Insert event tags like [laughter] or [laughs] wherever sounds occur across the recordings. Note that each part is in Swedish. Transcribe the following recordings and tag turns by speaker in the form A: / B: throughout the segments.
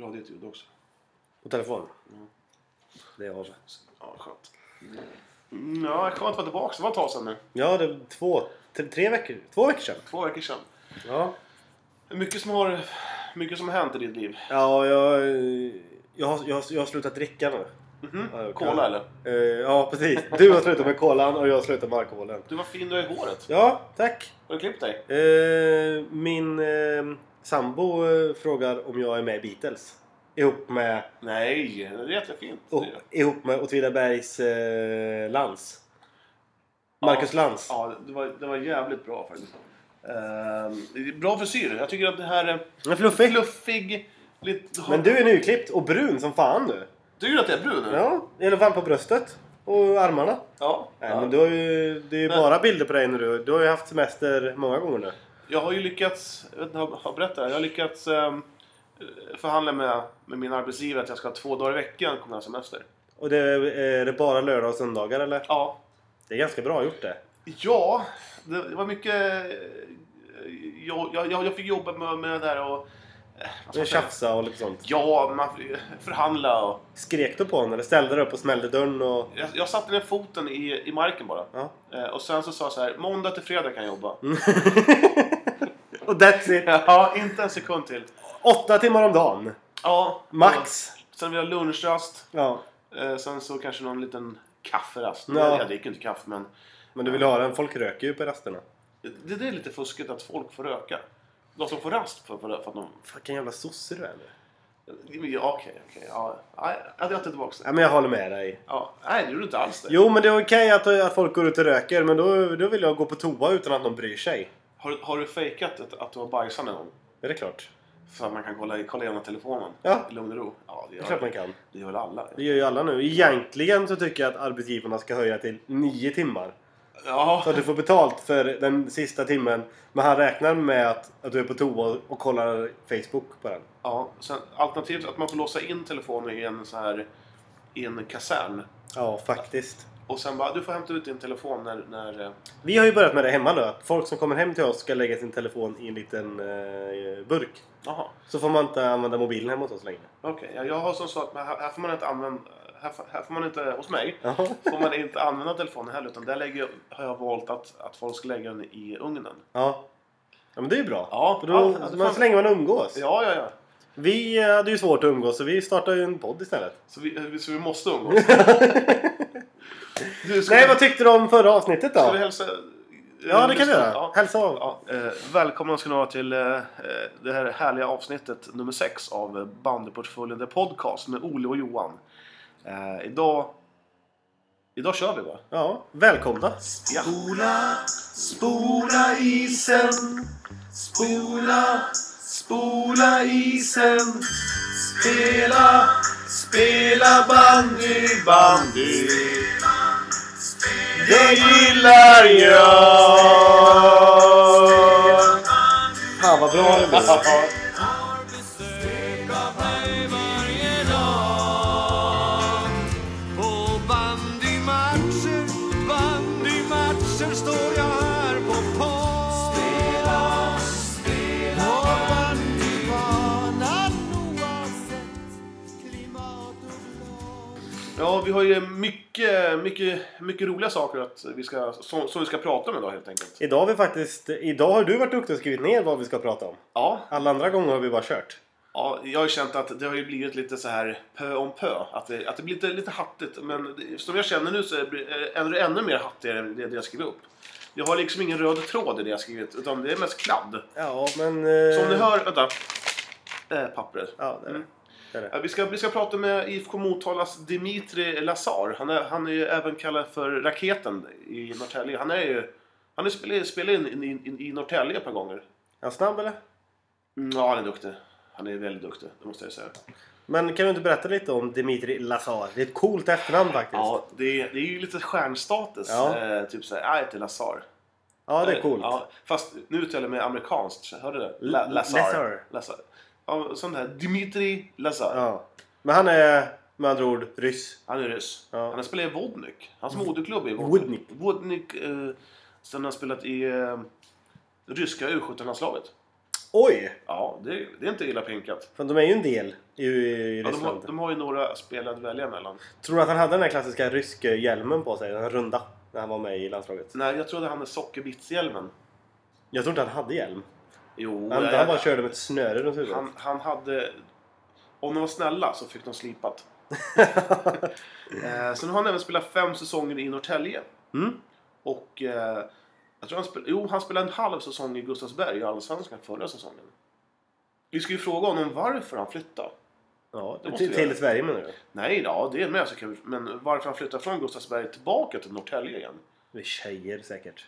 A: radioljud också.
B: På telefon? Det är av.
A: Ja, skönt. Mm, ja, skönt att vara tillbaka. Det var ett tag sedan nu.
B: Ja, det är två, tre, tre veckor. Två veckor sedan.
A: Två veckor sedan.
B: Ja.
A: Mycket som har, mycket som har hänt i ditt liv.
B: Ja, jag, jag, har, jag, har, jag har slutat dricka nu. Ja,
A: Mhm.
B: jag
A: Cola
B: kan.
A: eller?
B: Eh, ja, precis. Du har slutat med kolan och jag har slutat med alkoholen.
A: Du, vad fin du är i håret.
B: Ja, tack.
A: Har du klippt dig?
B: Eh, min eh, sambo eh, frågar om jag är med i Beatles. Ihop med,
A: Nej, det är jättefint.
B: och,
A: Det är-
B: ihop med Åtvidabergs eh, Lantz. Marcus Lantz.
A: Ja, det var, det var jävligt bra faktiskt. Ehm, det är bra frisyr. Jag tycker att det här är
B: Men fluffig.
A: fluffig, lite...
B: Men du är nyklippt och brun som fan du.
A: Tycker du att jag är brun? eller?
B: Ja, i alla fall på bröstet. Och armarna.
A: ja.
B: Nej,
A: Ja.
B: men du har ju, det är ju
A: Men-
B: bara bilder på dig nu. Du, du har ju haft semester många gånger nu.
A: Jag har ju lyckats, jag vet inte, har har jag berättat det här? jag har lyckats ehm, förhandla med, med min arbetsgivare att jag ska ha två dagar i veckan kommande semester.
B: Och det, är det bara lördag och söndagar eller?
A: Ja.
B: Det är ganska bra gjort det.
A: Ja, det, det var mycket... eh, Jag, jag, jag jag fick jobba med, med det där och... eh, vad ska jag säga?
B: Tjafsa och lite sånt.
A: Ja, man, förhandla och...
B: Skrek du på honom eller ställde dig upp och smällde dörren och...
A: Jag, jag satte ner foten i, i marken bara.
B: Ja. Mm.
A: Eh, Och sen så sa jag så här, måndag till fredag kan jag jobba.
B: [laughs] och that's it!
A: [laughs] Ja, inte en sekund till.
B: Åtta timmar om dagen.
A: Ja,
B: Max!
A: och Sen vi har lunchrast.
B: Ja.
A: eh, Sen så kanske någon liten kafferast.
B: Ja.
A: Jag dricker inte kaffe men...
B: Men du vill ha den. Folk röker ju på rasterna.
A: Det, det är lite fuskigt att folk får röka. De som får rast för, för, för att de...
B: Fucking jävla sosse du är nu.
A: Ja, okej, okej. Ja, Nej, jag tar tillbaka det.
B: Ja, men jag håller med dig.
A: Ja, nej, det gjorde inte alls det.
B: Jo, men det är okej att, att folk går ut och röker, men då, då vill jag gå på toa utan att någon bryr sig.
A: Har, du- har du fejkat att, att du har bajsat någon gång?
B: Är det klart?
A: Så att man kan kolla, kolla igenom telefonen?
B: Ja.
A: I lugn och ro? Ja, det
B: Det är
A: gör,
B: klart man kan.
A: det gör väl alla?
B: Det gör ju alla nu. Egentligen så tycker jag att arbetsgivarna ska höja till nio timmar. Så
A: Ja,
B: att du får betalt för den sista timmen, men han räknar med att, att du är på toa och kollar Facebook på den.
A: ja. Sen, alternativt att man får låsa in telefonen i en så här... I en kasern.
B: Ja, faktiskt.
A: Och sen bara, du får hämta ut din telefon när... när eh,
B: Vi har ju börjat med det hemma nu, att folk som kommer hem till oss ska lägga sin telefon i en liten eh, burk.
A: jaha,
B: Så får man inte använda mobilen hemma hos oss längre.
A: okej. Ja, jag har som sagt, men här, här får man inte använda... Här, får- här får man inte, hos mig,
B: Ja.
A: får man inte använda telefonen heller. Utan där lägger, jag- har jag valt att, att folk ska lägga den i ugnen.
B: Ja, ja men det är ju bra.
A: Ja,
B: För då,
A: ja, alltså,
B: man,
A: fan.
B: så länge man umgås.
A: Ja, ja, ja.
B: Vi hade ju svårt att umgås så vi startade ju en podd istället.
A: Så vi, eh, så vi måste
B: [laughs]
A: umgås. du, ska,
B: Nej,
A: vi,
B: vad tyckte du om förra avsnittet då?
A: ska vi hälsa?
B: Ja, det kan vi göra.
A: Ja.
B: Hälsa av.
A: Ja, eh, välkomna ska ni vara till eh, eh, det här härliga avsnittet nummer 6 av eh, Bandyportföljen The Podcast med Ole och Johan. Eh, idag... Idag kör vi va?
B: Ja, välkomna.
A: Ja.
C: Spola, spola isen. Spola, spola isen. Spela, spela bandy, bandy. Det gillar jag.
B: Fan vad bra det blev.
C: På bandymatcher, bandymatcher står jag här på plan. Spela, spela och bandybanan oavsett klimat och plan.
A: Ja, vi har ju mycket, mycket, mycket roliga saker att vi ska, som, som vi ska prata om idag helt enkelt.
B: [laughs] Idag har vi faktiskt... Idag har du varit duktig och skrivit ner vad vi ska prata om.
A: Ja,
B: Alla andra gånger har vi bara kört.
A: Ja, jag har ju känt att det har ju blivit lite så här pö om pö. Att det, att det blir lite, lite hattigt. Men det, som jag känner nu så är det ännu, ännu mer hattigare än det, det jag skriver upp. Jag har liksom ingen röd tråd i det jag skrivit, utan det är mest kladd.
B: Ja, men... Eh...
A: Så om ni hör, vänta. Eh, pappret.
B: Ja, det är det.
A: Mm.
B: det, är det.
A: Eh, Vi ska, vi ska prata med IFK Motalas Dimitri Lazar. Han är, han är ju även kallad för Raketen i Norrtälje. Han är ju... Han är spelat spel in, in, in, i Norrtälje ett par gånger.
B: Är han snabb eller?
A: Mm, ja, han är duktig. Han är väldigt duktig, det måste jag säga.
B: Men kan du inte berätta lite om Dimitri Lazar? Det är ett coolt efternamn faktiskt. Ja,
A: Ja, det är, det är ju lite stjärnstatus.
B: Ja.
A: Eh, typ såhär, jag heter Lazar. Eh,
B: det är coolt.
A: Ja, fast nu uttalar jag mig amerikanskt. så Hörde du det? La,
B: L-
A: Lazar.
B: Lazar.
A: Lazar. Ja, sån där Dmitri Lazar.
B: Ja. Men han är med andra ord ryss.
A: Han är ryss.
B: Ja. Mm.
A: Han har spelat i Vodnik. Hans moderklubb är
B: Vodnik.
A: Vodnik. Eh, sen har han spelat i eh, ryska U17-landslaget.
B: Oj!
A: Ja, det, det är inte illa pinkat.
B: För de är ju en del i, i
A: Ja, de, har,
B: Ryssland.
A: de har ju några spel att välja mellan.
B: Tror du att han hade den här klassiska ryska hjälmen på sig? Den runda. När han var med i landslaget.
A: Nej, jag trodde han är sockerbittshjälmen.
B: Jag tror inte han hade hjälm.
A: Jo,
B: Han,
A: jag-
B: han bara körde med ett snöre runt huvudet.
A: han, han hade... Om de var snälla så fick de
B: [laughs]
A: slipat. eh, sen har han även spelat fem säsonger i Norrtälje.
B: Mm.
A: Och eh, jag tror han, spel, jo, han spelade en halv säsong i Gustavsberg i Allsvenskan förra säsongen. Vi ska ju fråga honom varför han flyttade.
B: Ja,
A: det måste
B: till,
A: vi
B: till
A: göra.
B: Sverige menar du?
A: Nej, ja, det är med så kul. Men varför han flyttade från Gustavsberg tillbaka till Norrtälje igen?
B: Det är tjejer säkert.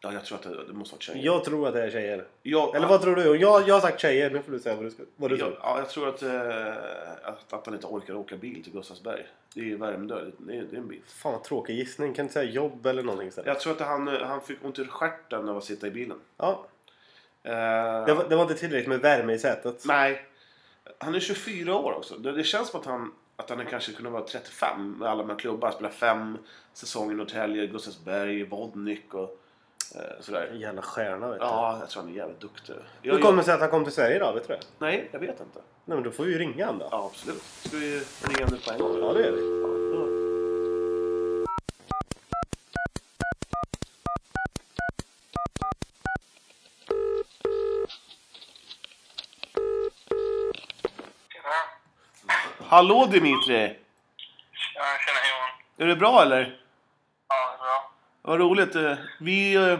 A: Ja, jag tror att det, det måste vara tjejer.
B: Jag tror att det är tjejer.
A: Jag-
B: Eller vad tror du? Jag, jag har sagt tjejer. Nu får du säga vad du, ska, vad du
A: jag,
B: tror.
A: ja, jag tror att, eh, att, att han inte orkar åka bil till Gustavsberg. Det är ju Värmdö, det är, det är en bit.
B: Fan vad tråkig gissning. Kan du säga jobb eller någonting istället?
A: Jag tror att han, eh, han fick ont i stjärten av att sitta i bilen.
B: Ja.
A: Eh,
B: Det, var, det var inte tillräckligt med värme i sätet.
A: Nej. Han är 24 år också. Det, det känns som att han, att han kanske kunde vara 35 med alla de här klubbarna. Spela fem säsonger i Norrtälje, Gustavsberg, Vodnik och eh, sådär.
B: Jävla stjärna vet du.
A: Ja, jag tror han är jävligt duktig.
B: Hur
A: Jag,
B: kommer det
A: jag,
B: sig att han kom till Sverige då? Vet du det?
A: nej, jag vet inte.
B: Nej men då får vi ju ringa han då.
A: Ja, absolut. Ska vi ringa nu på en gång?
B: Ja, det gör vi.
D: Tjena.
A: Hallå Dimitri!
D: Ja, tjena Johan.
A: Är det bra eller?
D: Ja, det är bra.
A: Vad roligt. eh, Vi... eh,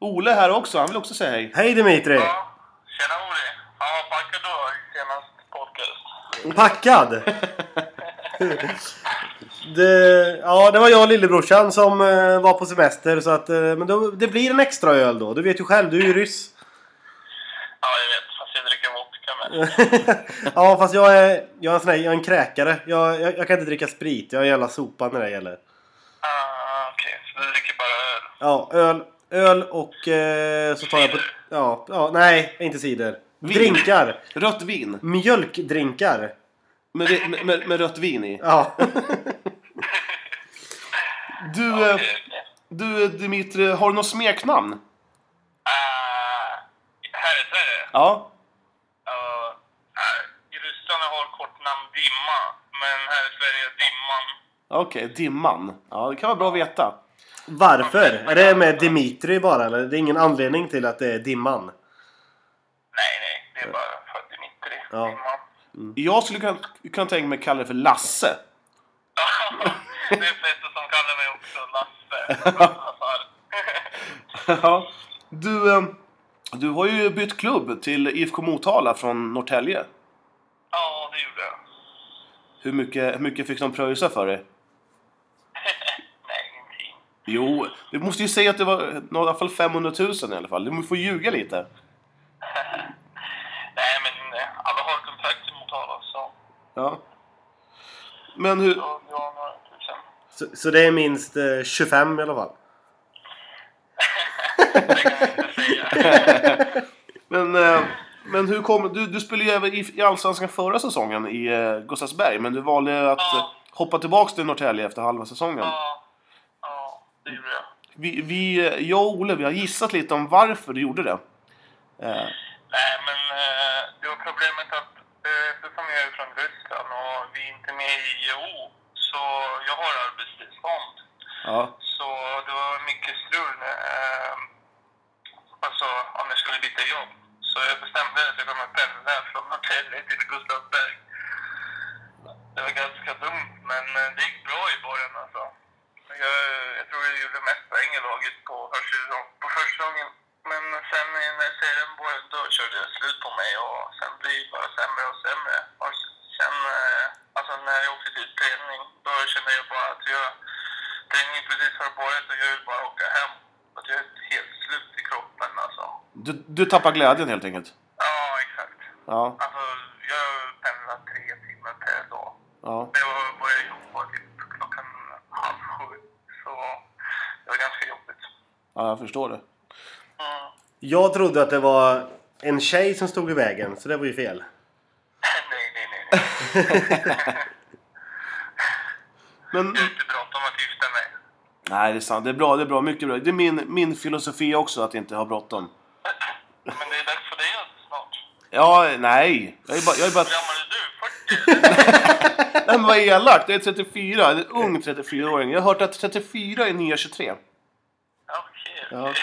A: Ole här också, han vill också säga hej.
B: Hej Dimitri!
D: Ja, tjena Oli. Han var packad då i senast
A: [laughs]
D: podcast.
B: Packad! det, ja, det var jag och lillebrorsan som eh, var på semester så att, eh, men då, det blir en extra öl då. Du vet ju själv, du är ju ryss.
D: Ja, jag vet. Fast jag dricker vodka men...
B: [laughs] ja, fast jag är, jag är, en sån här, jag är en kräkare. Jag, jag, jag kan inte dricka sprit. Jag är en jävla sopa när det gäller.
D: Ah, okej. Så du dricker bara öl?
B: Ja, öl, öl och eh, så tar jag på... Ja, ja nej, inte cider. Drinkar!
A: Rött vin.
B: Mjölkdrinkar!
A: Med, vi- med, med, med rött vin i.
B: Ja. [laughs]
A: Du, eh,
D: Okej, okej.
A: du eh, Dimitri, har du något smeknamn?
D: Ah, här i Sverige?
A: Ja.
D: Ja. ah, I Ryssland har kortnamn Dimma. Men här i Sverige är Dimman.
A: Okej, Dimman. Ja, det kan vara bra att veta.
B: Varför? Är det med Dimitri bara eller? Det är ingen anledning till att det är Dimman?
D: Nej, nej. Det är bara för att Dimitri.
B: Ja.
D: Dimman.
A: Jag skulle kunna, kunna tänka mig att kalla det för Lasse.
D: [laughs]
A: [laughs]
D: det är flesta som kallar mig också Lasse.
A: Ja. du, eh, du har ju bytt klubb till IFK Motala från Norrtälje.
D: Ja, det gjorde jag.
A: Hur mycket, hur mycket fick de pröjsa för det?
D: Nej, ingenting.
A: Jo, du måste ju säga att det var eh, i alla fall 500 000 i alla fall. Du får ljuga lite.
D: Nej, men eh, alla har kontrakt mot alla så
A: Ja. Men hur...
D: då det var några typ tusen.
B: Så, så det är minst eh, 25 i alla fall?
D: Det kan jag inte säga.
A: Men, eh, men hur kom... Du, du spelade ju även i, i Allsvenskan förra säsongen i eh, Gustavsberg, men du valde att
D: Ja.
A: eh, hoppa tillbaka till Norrtälje efter halva säsongen.
D: Ja, ja, det gjorde jag.
A: Vi, vi, eh, jag och Ole, vi har gissat lite om varför du gjorde det. Eh,
D: Nej, men eh, det var problemet att eh, eftersom jag är från Ryssland och vi är inte med i IEO så jag har arbetstillstånd.
A: ja.
D: Så det var mycket strul eh, alltså, om jag skulle byta jobb. Så jag bestämde att jag kommer pendla från Norrtälje till Gustavsberg. Det var ganska dumt, men eh, det gick bra i början alltså. Jag, jag tror jag gjorde mest poäng i laget på första säsong- på första säsongen. Men sen eh, när serien började, då körde jag slut på mig och sen blev det bara sämre och sämre. Och sen, eh, alltså när jag åkte till träning, då kände jag bara att jag träningen precis har börjat och jag vill bara åka hem. Att jag är helt slut i kroppen alltså.
A: Du, du tappar glädjen helt enkelt.
D: Ja, exakt.
A: Ja,
D: Alltså, jag pendlar tre timmar per dag.
A: ja.
D: Men jag började jobba typ klockan halv sju. Så det var ganska jobbigt.
A: ja jag förstår det.
D: Mm.
B: Jag trodde att det var en tjej som stod i vägen, så det var ju fel.
D: [laughs] nej, nej, nej. nej.
A: Men,
D: Det är inte bråttom att gifta mig.
A: nej, det är sant. Det är bra, det är bra. Mycket bra. Det är min, min filosofi också, att inte ha bråttom.
D: Men det är dags för dig att
A: Ja, nej. Jag är bara... Jag är bara
D: Hur gammal är du? 40?
A: nej, [laughs] men vad elakt. Jag är 34. En ung 34-åring. Jag har hört att 34 är nya 23.
D: Ja, okej.
A: Ja.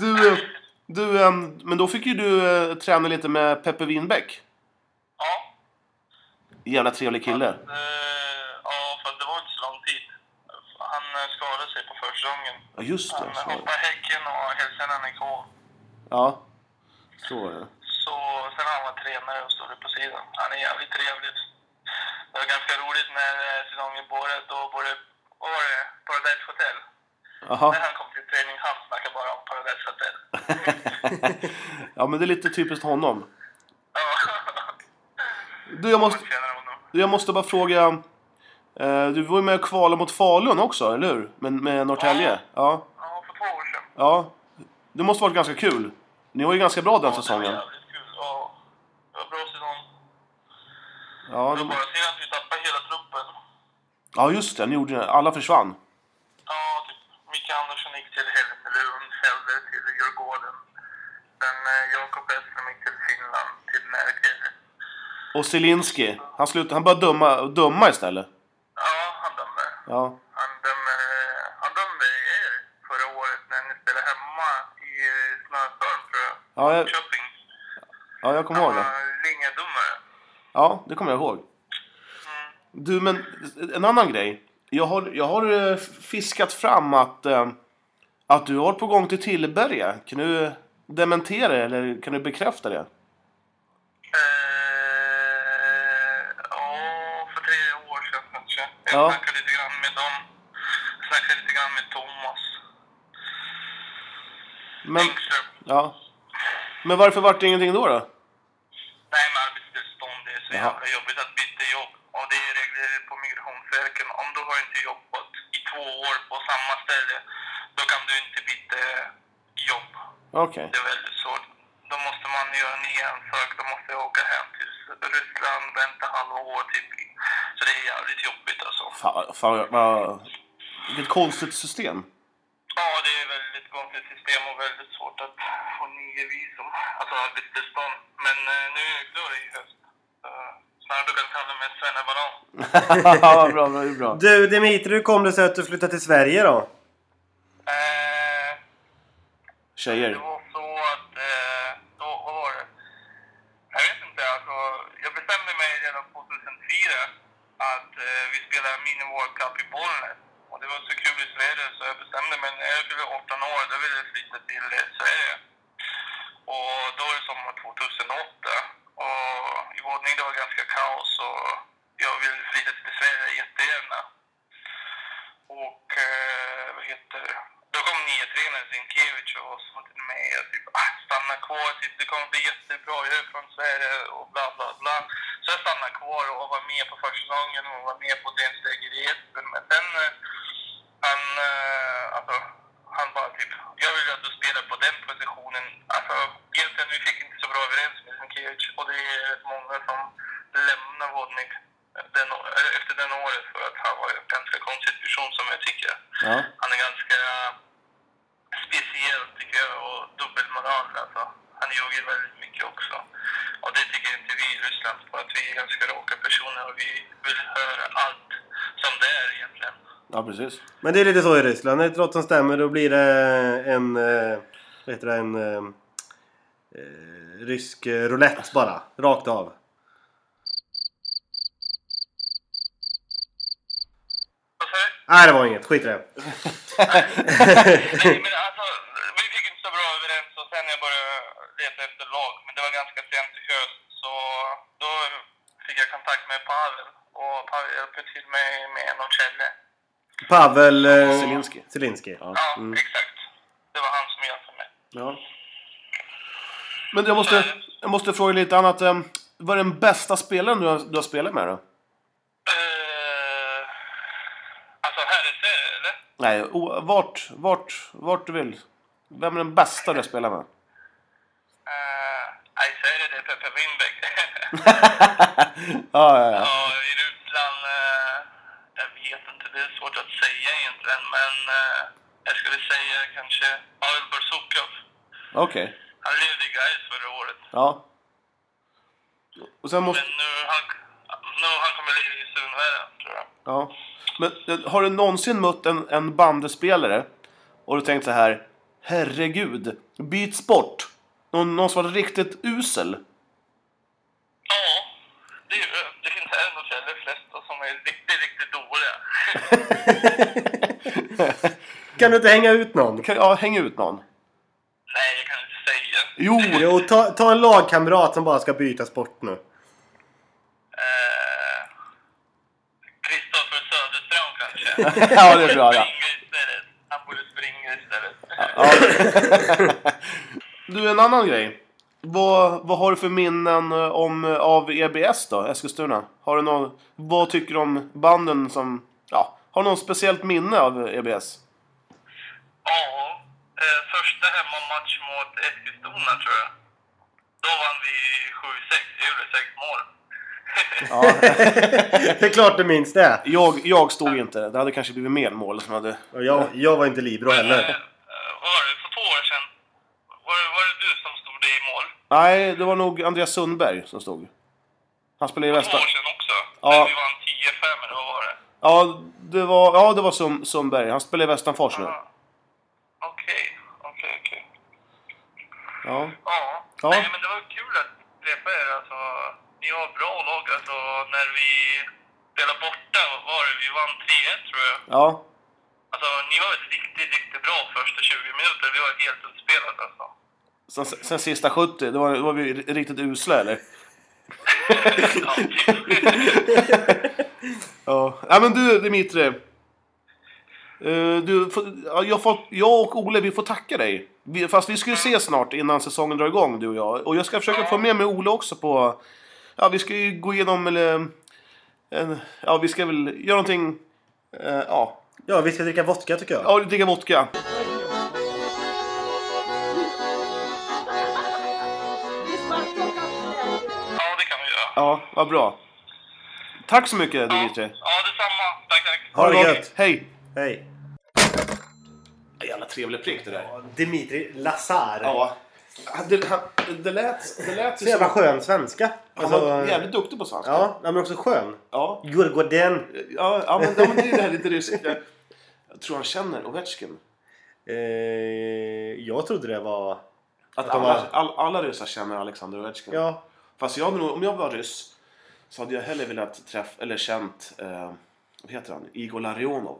A: Du, eh, du, eh, men då fick ju du eh, träna lite med Peppe Winbäck.
D: [laughs] ja.
A: Jävla trevlig kille.
D: Eh, ja, fast det var inte så lång tid. Han eh, skadade sig på försäsongen.
A: Ja, just
D: Han
A: det. Så.
D: hoppade häcken och hälsade NIK.
A: Ja. Så är det.
D: Så sen har han var tränare och stod på sidan. Han är jävligt trevlig. Det var ganska roligt när eh, säsongen började. Då började, vad var det? Paradise Hotel.
A: Jaha. [laughs]
D: När han kom till träning, han snackade bara om Paradise Hotel.
A: Ja, men det är lite typiskt honom.
D: Ja, [laughs]
A: Du, jag måste,
D: man känner honom.
A: du, jag måste bara fråga. eh, Du var ju med och kvalade mot Falun också, eller hur? Men med Norrtälje? Ja.
D: Ja, för två år sedan.
A: Ja. Det måste varit ganska kul. Ni var ju ganska bra den säsongen.
D: Det var jävligt kul. Ja, det var bra säsong.
A: Ja,
D: Det var
A: de,
D: bara synd att vi tappade hela truppen.
A: ja just det. Ni gjorde det. Alla försvann.
D: Ja, typ Micke Andersson gick till Helmelund, Felder till Djurgården. Sen eh, Jakob Westström gick till Finland, till Närke.
A: Och Zielinski, han, slut, han började döma, döma istället.
D: Ja, han dömer.
A: Ja.
D: Han dömer, eh, han dömde er förra året när ni spelade hemma i eh, snöstorm, tror jag.
A: Ja, jag,
D: Köping.
A: ja, jag kommer
D: Han
A: ihåg det.
D: var linjedomare.
A: Ja, det kommer jag ihåg. Du, men en annan grej. Jag har, jag har eh, fiskat fram att, eh, att du har på gång till Tillberga. Kan du dementera det eller kan du bekräfta det?
D: Eh, Ja, för tre år sedan kanske. Jag
A: Ja.
D: snackade lite grann med dem. Snackade lite grann med Thomas
A: Men,
D: Engström.
A: ja. men varför vart det ingenting då? då?
D: Nej, men arbetstillstånd, det är så
A: Jaha.
D: jävla jobbigt att byta jobb. Och det är regler på Migrationsverket. Om du har inte jobbat i två år på samma ställe, då kan du inte byta jobb.
A: Okej.
D: Det är väldigt svårt. Då måste man göra en ny ansökan, då måste jag åka hem till Ryssland, vänta halva år typ. Så det är jävligt jobbigt alltså.
A: Fan, fan vad... Vilket konstigt system. [laughs]
D: Ja, det är väldigt konstigt system och väldigt svårt att få nya visum, alltså arbetstillstånd. Men eh, nu är det i höst. Eh, Snarare du kan kalla mig Svennebanan.
A: Ja, bra, bra, bra.
B: Du Dimitri, hur kom det sig att du flyttade till Sverige då?
D: Eh, det
A: Tjejer.
D: var så att... Eh, då, vad var det? Jag vet inte. Alltså, jag bestämde mig redan 2004 att eh, vi spelar Mini World Cup i Bollnäs. Och det var så kul i Sverige så jag bestämde mig när jag blev 18 år, då ville jag flytta till eh, Sverige. Och då var det sommar 2008. Och i våning det var ganska kaos och jag ville flytta till Sverige jättegärna. Och eh, vad heter det? Då kom nya tränaren Sienkiewicz och sa till mig att typ, ah, stanna kvar, typ, det kommer bli jättebra, jag är från Sverige och bla bla bla. Så jag stannade kvar och var med på första säsongen och var med på den steget. Men sen, eh, han, eh, alltså, han bara typ, jag vill att du spelar på den positionen. Alltså, egentligen vi fick inte så bra överens med Sienkiewicz och det är rätt många som lämnar Wodnik den, å- eller efter den året för att han var ju en ganska konstig person som jag tycker.
A: Ja.
D: Han är ganska speciell tycker jag och dubbelmoral alltså. Han ljuger väldigt mycket också. Och det tycker inte vi i Ryssland för att vi är ganska raka personer och vi vill höra allt som det är egentligen.
A: ja, precis.
B: Men det är lite så i Ryssland. När ett brott som stämmer då blir det en... eh, Vad heter det? En... eh, eh, rysk eh, roulette bara. Rakt av.
D: Vad sa du?
B: Nej, det var inget. Skit i det.
D: Nej, men alltså, vi fick inte så bra överens och sen jag började leta efter lag. Men det var ganska sent i höst så då fick jag kontakt med Pavel och Pavel hjälpte till mig med Norrtälje.
B: Pavel... eh,
A: Zielinski.
B: Zielinski.
D: Ja, exakt. Det var han som hjälpte mig.
A: Ja. Men jag måste, jag måste fråga lite annat. eh, Vad är den bästa spelaren du har, du har spelat med då?
D: Uh, alltså här är det, eller?
A: Nej, o- vart, vart, vart du vill. Vem är den bästa du har spelat med?
D: Eh, Nej, så är det det. Peppe [laughs] Winbäck.
A: Ja, ja, ja.
D: ja, i Ryssland... eh, jag vet inte. Det är svårt att säga egentligen, men eh, jag skulle säga kanske Pavel Borsukov.
A: Okej.
D: Han levde i Gais förra året.
B: Ja. Och sen måste...
D: Men nu, han, nu han kommer ligga i Sunvärden, tror jag.
A: Ja. Men eh, har du någonsin mött en, en bandespelare och du tänkt så här Herregud, byt sport. Någon, någon som var riktigt usel.
D: Ja, det, är ju- det finns här ändå källor flesta som är riktigt, riktigt [laughs] dåliga.
B: Kan du inte hänga ut någon?
A: Kan, ja, häng ut någon.
D: Nej, jag kan inte säga.
A: Jo! [laughs]
B: Jo, ta, ta en lagkamrat som bara ska byta sport nu.
D: Eh, Kristoffer Söderström [laughs] kanske?
A: ja, det är bra. Ja.
D: Springa istället. Han borde springa istället.
A: Du, en annan grej. Vad, vad har du för minnen eh, om, eh, av EBS då, Eskilstuna? Har du någon, vad tycker du om banden som... Ja, har du något speciellt minne av E EBS?
D: [laughs] Ja, eh, första hemmamatch mot Eskilstuna tror jag. Då vann vi 7-6, jag gjorde sex mål. [laughs]
B: Det är klart du minns det.
A: Jag, jag stod inte. Det hade kanske blivit mer mål som hade...
B: Och jag, jag var inte libero
D: Eh,
B: heller.
D: eh, vad var det, för två år sedan? Var det, var det du som stod i mål?
A: Nej, det var nog Andreas Sundberg som stod. Han spelade i
D: Två
A: Västra...
D: år sedan också?
A: Ja.
D: När vi vann 10-5 eller vad var det?
A: Ja, det var, ja, det var Sund, Sundberg. Han spelar i Västanfors nu.
D: Ja. Ah. Okej, okej, okej.
A: Ja.
D: Ja.
A: Ja.
D: Nej, men det var kul att träffa er. Alltså, ni har bra lag. Alltså, när vi spelade borta, vad var det? Vi vann 3-1 tror jag.
A: Ja.
D: Alltså, ni var väl riktigt, riktigt bra första 20 minuter. Vi var helt utspelade alltså.
A: Sen, sen sista 70, då var, då var vi riktigt usla
B: [laughs]
A: eller?
D: Ja, typ.
A: Ja, ja men du Dimitri. Eh, Du, får- ja, jag, får, jag och Ole, vi får tacka dig. Vi, fast vi ska ju ses snart innan säsongen drar igång, du och jag. Och jag ska försöka få med mig Ole också på... Ja, vi ska ju gå igenom, eller... En, ja, vi ska väl göra någonting... Eh, ja,
B: Ja, vi ska dricka vodka tycker jag.
A: ja dricka vodka.
D: ja, det kan vi göra.
A: Ja, vad bra. Tack så mycket Dimitri.
D: Ja, detsamma. Tack, tack.
B: Ha det
A: bra.
B: gött.
A: Hej!
B: Hej.
A: Jävla trevlig prick det där.
B: Dimitri Lazar.
A: Ja. Det, han, det lät, det lät
B: Så jävla skön svenska.
A: Han
B: Alltså,
A: var jävligt duktig på svenska.
B: ja, ja, men också skön.
A: Ja,
B: Gurgoden.
A: ja, ja men, ja, men det är ju det här lite ryska. Jag tror han känner Ovechkin.
B: Eh, jag trodde det var...
A: Att
B: de
A: alla,
B: har-
A: all, alla ryssar känner Alexander Ovechkin.
B: Ja.
A: Fast jag, hade nog- om jag var ryss så hade jag hellre velat träffa, eller känt, eh, vad heter han? Igor Larionov.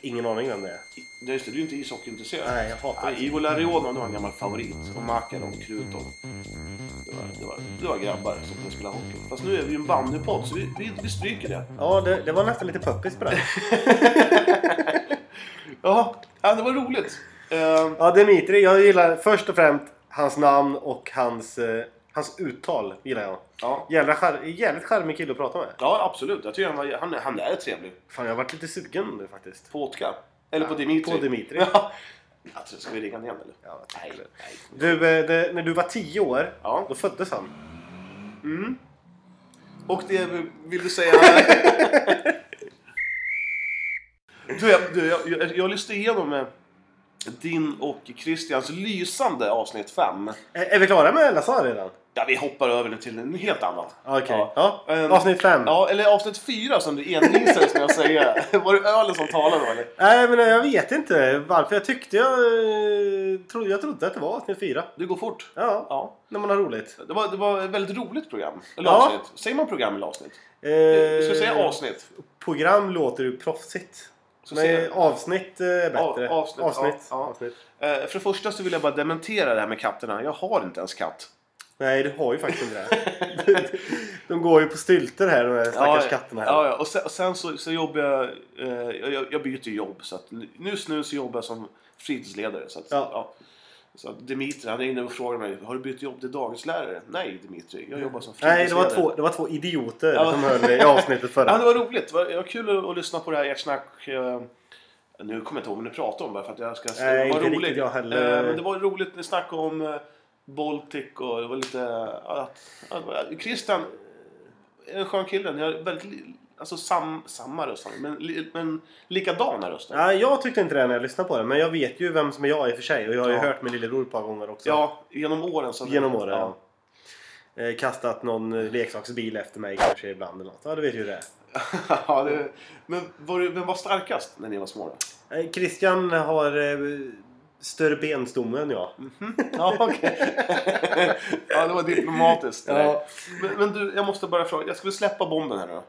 B: Ingen aning vem det är.
A: I- Det är just det, du är inte ishockeyintresserad.
B: Nej, jag hatar
A: Nej,
B: det.
A: Igor Larionov det var en gammal favorit. Och Makarov, Krutov. Det var, det, var, det var grabbar som kunde spela hockey. Fast nu är vi ju en bandypodd så vi, vi, vi stryker det.
B: Ja, det, det var nästan lite puppis på det.
A: Ja, ja, det var roligt. Eh,
B: Ja, Dimitri. Jag gillar först och främst hans namn och hans, eh, hans uttal. gillar jag.
A: ja.
B: Jävla char- jävligt charmig kille att prata med.
A: Ja, absolut. Jag tycker han, var, han, han är trevlig.
B: Fan, jag har varit lite sugen nu faktiskt.
A: På vodka? Eller på Dimitri?
B: På Dimitri.
A: Ja. Jag tror, ska vi ringa ner honom, eller?
B: Ja,
A: Nej,
B: tack.
A: nej.
B: Du, eh, det, när du var tio år,
A: Ja.
B: då föddes han.
A: Och det vill du
B: [laughs]
A: säga... du, jag, du, jag, jag, jag lyssnade igenom eh, din och Christians lysande avsnitt 5.
B: Är, är vi klara med Lazar redan? Ah,
A: Där vi hoppar över nu till en helt annat.
B: Okej.
A: Ja.
B: Ja.
A: Ehm,
B: Avsnitt fem.
A: Ja, eller avsnitt 4 som du envisades med att [laughs] säga. Var det ölen som talade då eller?
B: Nej, men jag vet inte varför. Jag tyckte jag... eh, Tro, jag trodde att det var avsnitt fyra.
A: Du går fort.
B: Ja,
A: Ja.
B: när man har roligt.
A: Det var, det var ett väldigt roligt program. Eller
B: Ja.
A: avsnitt. Säger man program eller avsnitt?
B: Eh,
A: Ska vi säga avsnitt?
B: Program låter ju proffsigt.
A: Så ser
B: Men
A: jag.
B: avsnitt eh, är bättre.
A: Av- avsnitt,
B: avsnitt.
A: ja, ja.
B: avsnitt.
A: Eh, För det första så vill jag bara dementera det här med katterna. Jag har inte ens katt.
B: Nej, du har ju faktiskt inte det. [laughs] de går ju på stylter här, de här stackars katterna. Här.
A: Ja, ja. Och sen, och sen så, så jobbar jag, eh, jag- jag... Jag byter jobb. Så att nu- just nu så jobbar jag som fritidsledare. Så att,
B: Ja.
A: Så att Dimitri han ringde och frågade mig. Har du bytt jobb till dagislärare? Nej Dimitri, jag jobbar som fritidsledare.
B: Nej, det var, två, det var två idioter
A: Ja.
B: som höll i avsnittet
A: Ja,
B: förra.
A: det var roligt. Det var, det var kul att, att lyssna på det här ert snack. eh, Nu kommer jag inte ihåg vad ni pratade om bara för att jag ska
B: Nej,
A: det var
B: inte riktigt jag heller.
A: Eh, Men det var roligt. Ni snackade om eh, Baltic och det var lite... eh, ja, ja, det var- Christian är en skön kille. Ni har väldigt... li- Alltså sam, samma röst, men, li- men likadana röster.
B: Ja, jag tyckte inte det när jag lyssnade på det, men jag vet ju vem som är jag i och för sig. Och jag har ju
A: Ja.
B: hört min lillebror ett par gånger också.
A: Ja, genom åren. Så
B: Genom åren, ja. eh, kastat någon eh, leksaksbil efter mig kanske ibland eller något. Ja, du vet ju hur det är.
A: [laughs] ja, det, men var, det- vem var starkast när ni var små då?
B: Eh, Christian har eh, större benstomme än jag.
A: Ja, okej. [laughs] ja, det var diplomatiskt.
B: Ja.
A: Men, men du, jag måste bara fråga. Jag skulle släppa bomben här nu.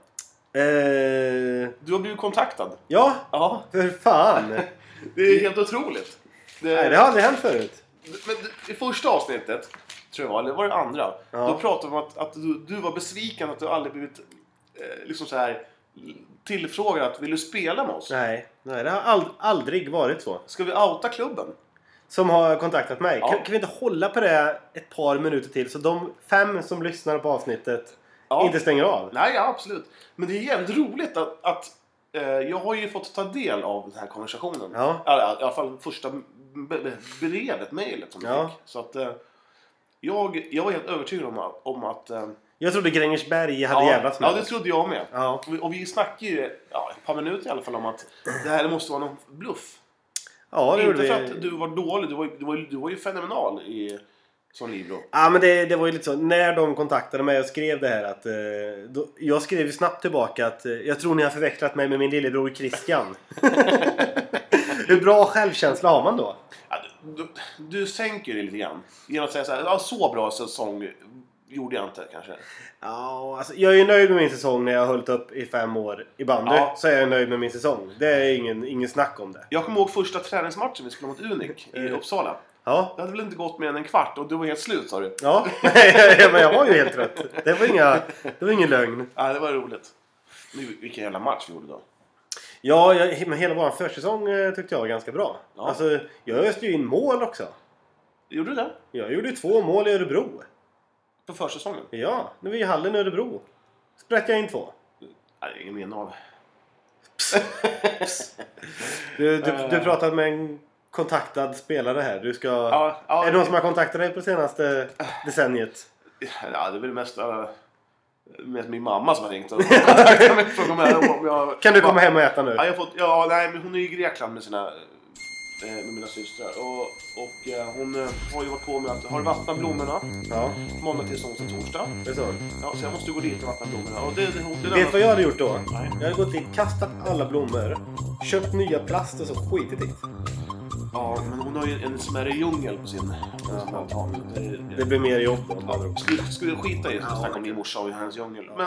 B: Eh,
A: Du har blivit kontaktad.
B: ja,
A: Ja,
B: för fan! Nej,
A: det är helt otroligt. Det-
B: det har aldrig hänt förut.
A: Men i första avsnittet, tror jag var, eller var det andra?
B: Ja.
A: Då pratade vi om att, att du, du var besviken att du aldrig blivit eh, liksom så här, tillfrågad att vill du spela med oss?
B: Nej, nej det har ald- aldrig varit så.
A: Ska vi outa klubben?
B: Som har kontaktat mig.
A: Ja.
B: Kan, kan vi inte hålla på det ett par minuter till så de fem som lyssnar på avsnittet
A: Ja.
B: inte stänger av?
A: Nej, ja, absolut. Men det är jävligt roligt att, att eh, jag har ju fått ta del av den här konversationen.
B: Ja.
A: I, alla- I alla fall första b- b- brevet, mejlet som jag
B: Ja.
A: fick. Så att eh, jag, jag var helt övertygad om att... Om att eh,
B: Jag trodde Grängesberg hade
A: ja,
B: jävlat med
A: ja, det
B: oss.
A: trodde jag med.
B: ja.
A: Och vi- Och vi snackade ju ja, ett par minuter i alla fall om att det här måste vara någon bluff.
B: ja, det gjorde
A: Inte för
B: vi.
A: att du var dålig, du var, ju- du var, ju- du var ju fenomenal i, som Libro.
B: Ja, men det, det var ju lite så. När de kontaktade mig och skrev det här att... Eh, då, jag skrev ju snabbt tillbaka att eh, jag tror ni har förväxlat mig med min lillebror [laughs] Christian. Hur bra självkänsla har man då?
A: Ja, du, du, du sänker det lite grann genom att säga så här, ja, så bra säsong gjorde jag inte kanske.
B: Ja, alltså, jag är ju nöjd med min säsong när jag har hållit upp i fem år i bandy.
A: Ja.
B: Så är jag nöjd med min säsong. Det är ingen, ingen snack om det.
A: Jag kommer ihåg första träningsmatchen vi skulle mot Unik i Uppsala.
B: [laughs] Ja,
A: Det hade väl inte gått mer än en kvart och du var helt slut sa du.
B: ja. [laughs] ja men jag var ju helt trött. Det var, inga, det var ingen lögn.
A: Ja, det var roligt. Men vilken jävla match vi gjorde då.
B: Ja, jag, men hela vår försäsong eh, tyckte jag var ganska bra.
A: Ja.
B: Alltså, jag öste ju in mål också.
A: Gjorde du det?
B: Jag gjorde ju två mål i Örebro.
A: På försäsongen?
B: Ja, nu är vi i hallen i Örebro. Spräckte jag in två.
A: Nej, det är ingen minne av.
B: Du, du,
A: Eh.
B: du pratar med en kontaktad spelare här. Du ska...
A: Ja, ja,
B: är det någon som har kontaktat dig på senaste decenniet?
A: Ja, det är väl mest, äh, mest min mamma som har
B: [laughs]
A: ringt och kontaktat mig för att komma hem. Om jag,
B: Kan du komma hem och äta nu?
A: Ja, jag har fått, ja, nej, men hon är ju i Grekland med sina eh, med mina systrar. Och, och eh, hon eh, har ju varit på med att har du vattnat blommorna
B: Ja,
A: måndag, tisdag, onsdag, torsdag.
B: det är så.
A: Ja, så jag måste gå dit och vattna blommorna. Och det, det, det, det
B: Vet du vad jag hade gjort då?
A: Nej.
B: Jag hade gått dit, kastat alla blommor, köpt nya plast och så skitit i.
A: Ja, men hon har ju en smärre djungel på sin på sin altan. Det-
B: Det
A: det-
B: blir mer jobb då. med andra
A: Ja,
B: ord.
A: Skulle skulle jag skita i att snacka om min morsa och hennes djungel. Men...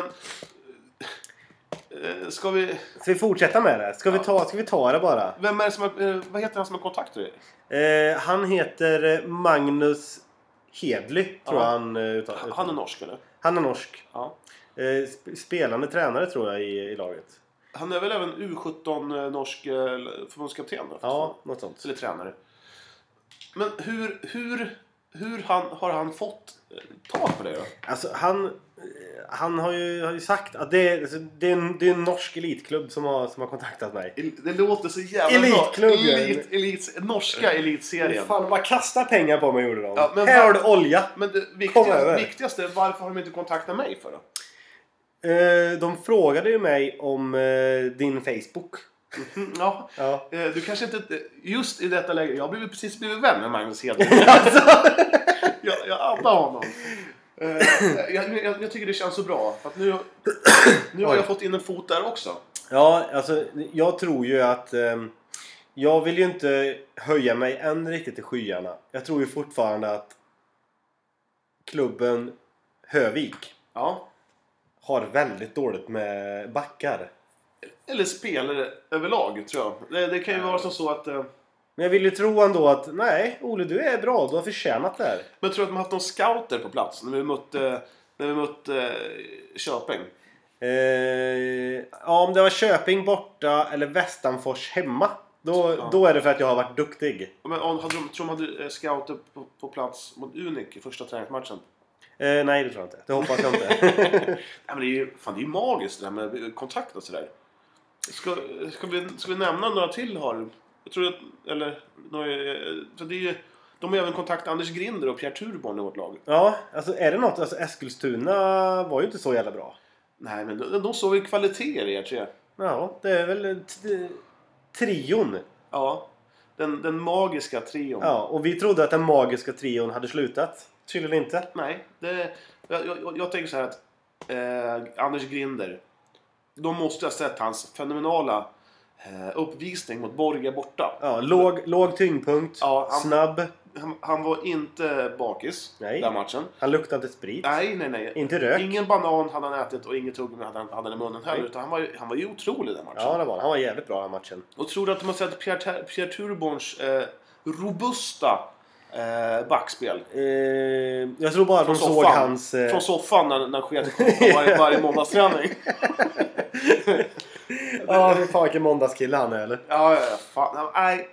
A: eh, Ska vi...
B: Ska vi fortsätta med det? Ska vi ta, ska vi ta det bara?
A: Vem är det som har, eh, Vad heter han som har kontaktat dig?
B: Eh, han heter Magnus Hedly, tror
A: Ja.
B: jag han eh, uttalar uttalar.
A: Han är norsk eller?
B: Han är norsk.
A: Ja.
B: Eh, sp- spelande tränare tror jag i, i laget.
A: Han är väl även U17 eh, norsk eh, förbundskapten? Då,
B: Ja, något sånt.
A: Eller tränare. Men hur, hur, hur han, har han fått eh, tag på dig då?
B: Alltså, han, eh, han har, ju, har ju sagt att det är, alltså, det är, en, det är en norsk elitklubb som har, som har kontaktat mig.
A: El- Det låter så jävla
B: Elitklubb,
A: bra.
B: ja.
A: Elit, elit, norska elitserien.
B: Fan, de bara kastar pengar på mig gjorde de.
A: Ja, men
B: Här
A: va-
B: har du olja!
A: Men det
B: Kom
A: viktigaste,
B: över.
A: viktigaste är varför har de inte kontaktat mig för då?
B: Eh, de frågade ju mig om eh, din Facebook.
A: Mm, ja.
B: Ja.
A: Eh, Du kanske inte... Just i detta läge... Jag har blivit, precis blivit vän med Magnus
B: [laughs]
A: Hedlund. Alltså, jag jag abbar honom. Eh, Jag, jag, jag tycker det känns så bra. För att nu, nu har
B: Oj.
A: jag fått in en fot där också.
B: ja, alltså jag tror ju att... ehm, jag vill ju inte höja mig än riktigt till skyarna. Jag tror ju fortfarande att klubben Hövik
A: Ja.
B: har väldigt dåligt med backar.
A: Eller spelare överlag, tror jag. Det, det kan ju vara som så att... eh,
B: Men jag vill ju tro ändå att nej, Ole du är bra, du har förtjänat det här.
A: Men jag tror att de har haft någon scouter på plats när vi mötte, när vi mötte eh, Köping.
B: Eh, ja, om det var Köping borta eller Västanfors hemma. Då, då är det för att jag har varit duktig.
A: Men om, hade de, tror de hade eh, scouter på, på plats mot Unik i första träningsmatchen.
B: Eh, nej, det tror jag inte. Det hoppas jag [laughs] inte.
A: Nej, men det är ju, fan, det är ju magiskt det här med kontakt och sådär. Ska, ska, vi, ska vi nämna några till har Jag tror att, eller, några, eh, för det är ju, de har även kontaktat Anders Grinder och Pierre Turborn i vårt lag.
B: ja, alltså är det något? Alltså Eskilstuna var ju inte så jävla bra.
A: Nej, men de, de såg ju kvaliteter i er tre.
B: Ja, det är väl t- trion.
A: Ja. Den, den magiska trion.
B: Ja, och vi trodde att den magiska trion hade slutat. Tydligen inte.
A: Nej, det, jag, jag, jag tänker så här att eh, Anders Grinder, de måste ha sett hans fenomenala eh, uppvisning mot Borga borta.
B: Ja, låg, låg tyngdpunkt.
A: Ja, han-
B: Snabb.
A: Han, han var inte bakis
B: Nej.
A: den matchen.
B: Han luktade inte sprit.
A: Nej, nej, nej.
B: Inte rök.
A: Ingen banan hade han ätit och inget tuggummi hade han, hade han i munnen heller.
B: Nej.
A: Utan han, var, ju- han var ju otrolig den matchen.
B: Ja, det var han. Han var jävligt bra den matchen.
A: Och tror du att de har sett Pierre, Ter- Pierre Turborns eh, robusta eh, backspel?
B: Eh, jag tror bara de såg hans... eh,
A: Från soffan när, när han sket i
B: [laughs]
A: skjortan varje, varje måndagsträning.
B: Ja, fy fan vilken måndagskille han är eller?
A: Ja, ja, ja. Fan. Nej,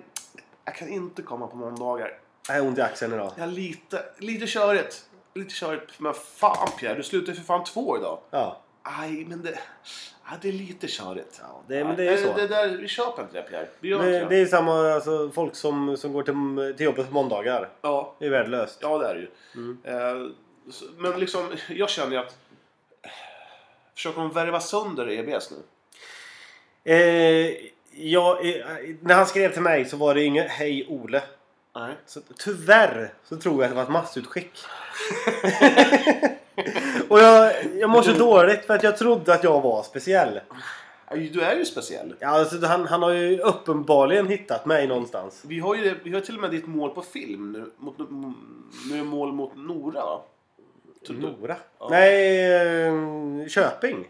A: jag kan inte komma på måndagar.
B: Jag har ont i axeln idag.
A: Jag är lite, lite körigt. Lite körigt. Men fan Pierre, du slutar ju för fan två idag.
B: Ja.
A: Nej, men det, ja, det är lite körigt.
B: ja det, men det är ju så.
A: Nej, Det där, vi köper inte det Pierre. Vi gör
B: Det,
A: inte
B: det
A: det.
B: är ju samma alltså, folk som, som går till, till jobbet på måndagar.
A: Ja,
B: Det är värdelöst.
A: ja, det är det ju.
B: Mm.
A: Eh, så- men liksom, jag känner ju att... Försöker de värva sönder EBS nu?
B: Eh, jag, eh, när han skrev till mig så var det inget Hej Ole.
A: Nej.
B: Så, tyvärr så tror jag att det var ett massutskick.
A: [laughs]
B: [laughs] Och jag, jag mår så dåligt för att jag trodde att jag var speciell.
A: Du är ju speciell.
B: Ja, alltså, han, han har ju uppenbarligen hittat mig någonstans.
A: Vi har ju det, vi har till och med ditt mål på film nu. Mot, m- nu är det mål mot Nora va?
B: Nora?
A: Ja.
B: Mm. Nej, eh, Köping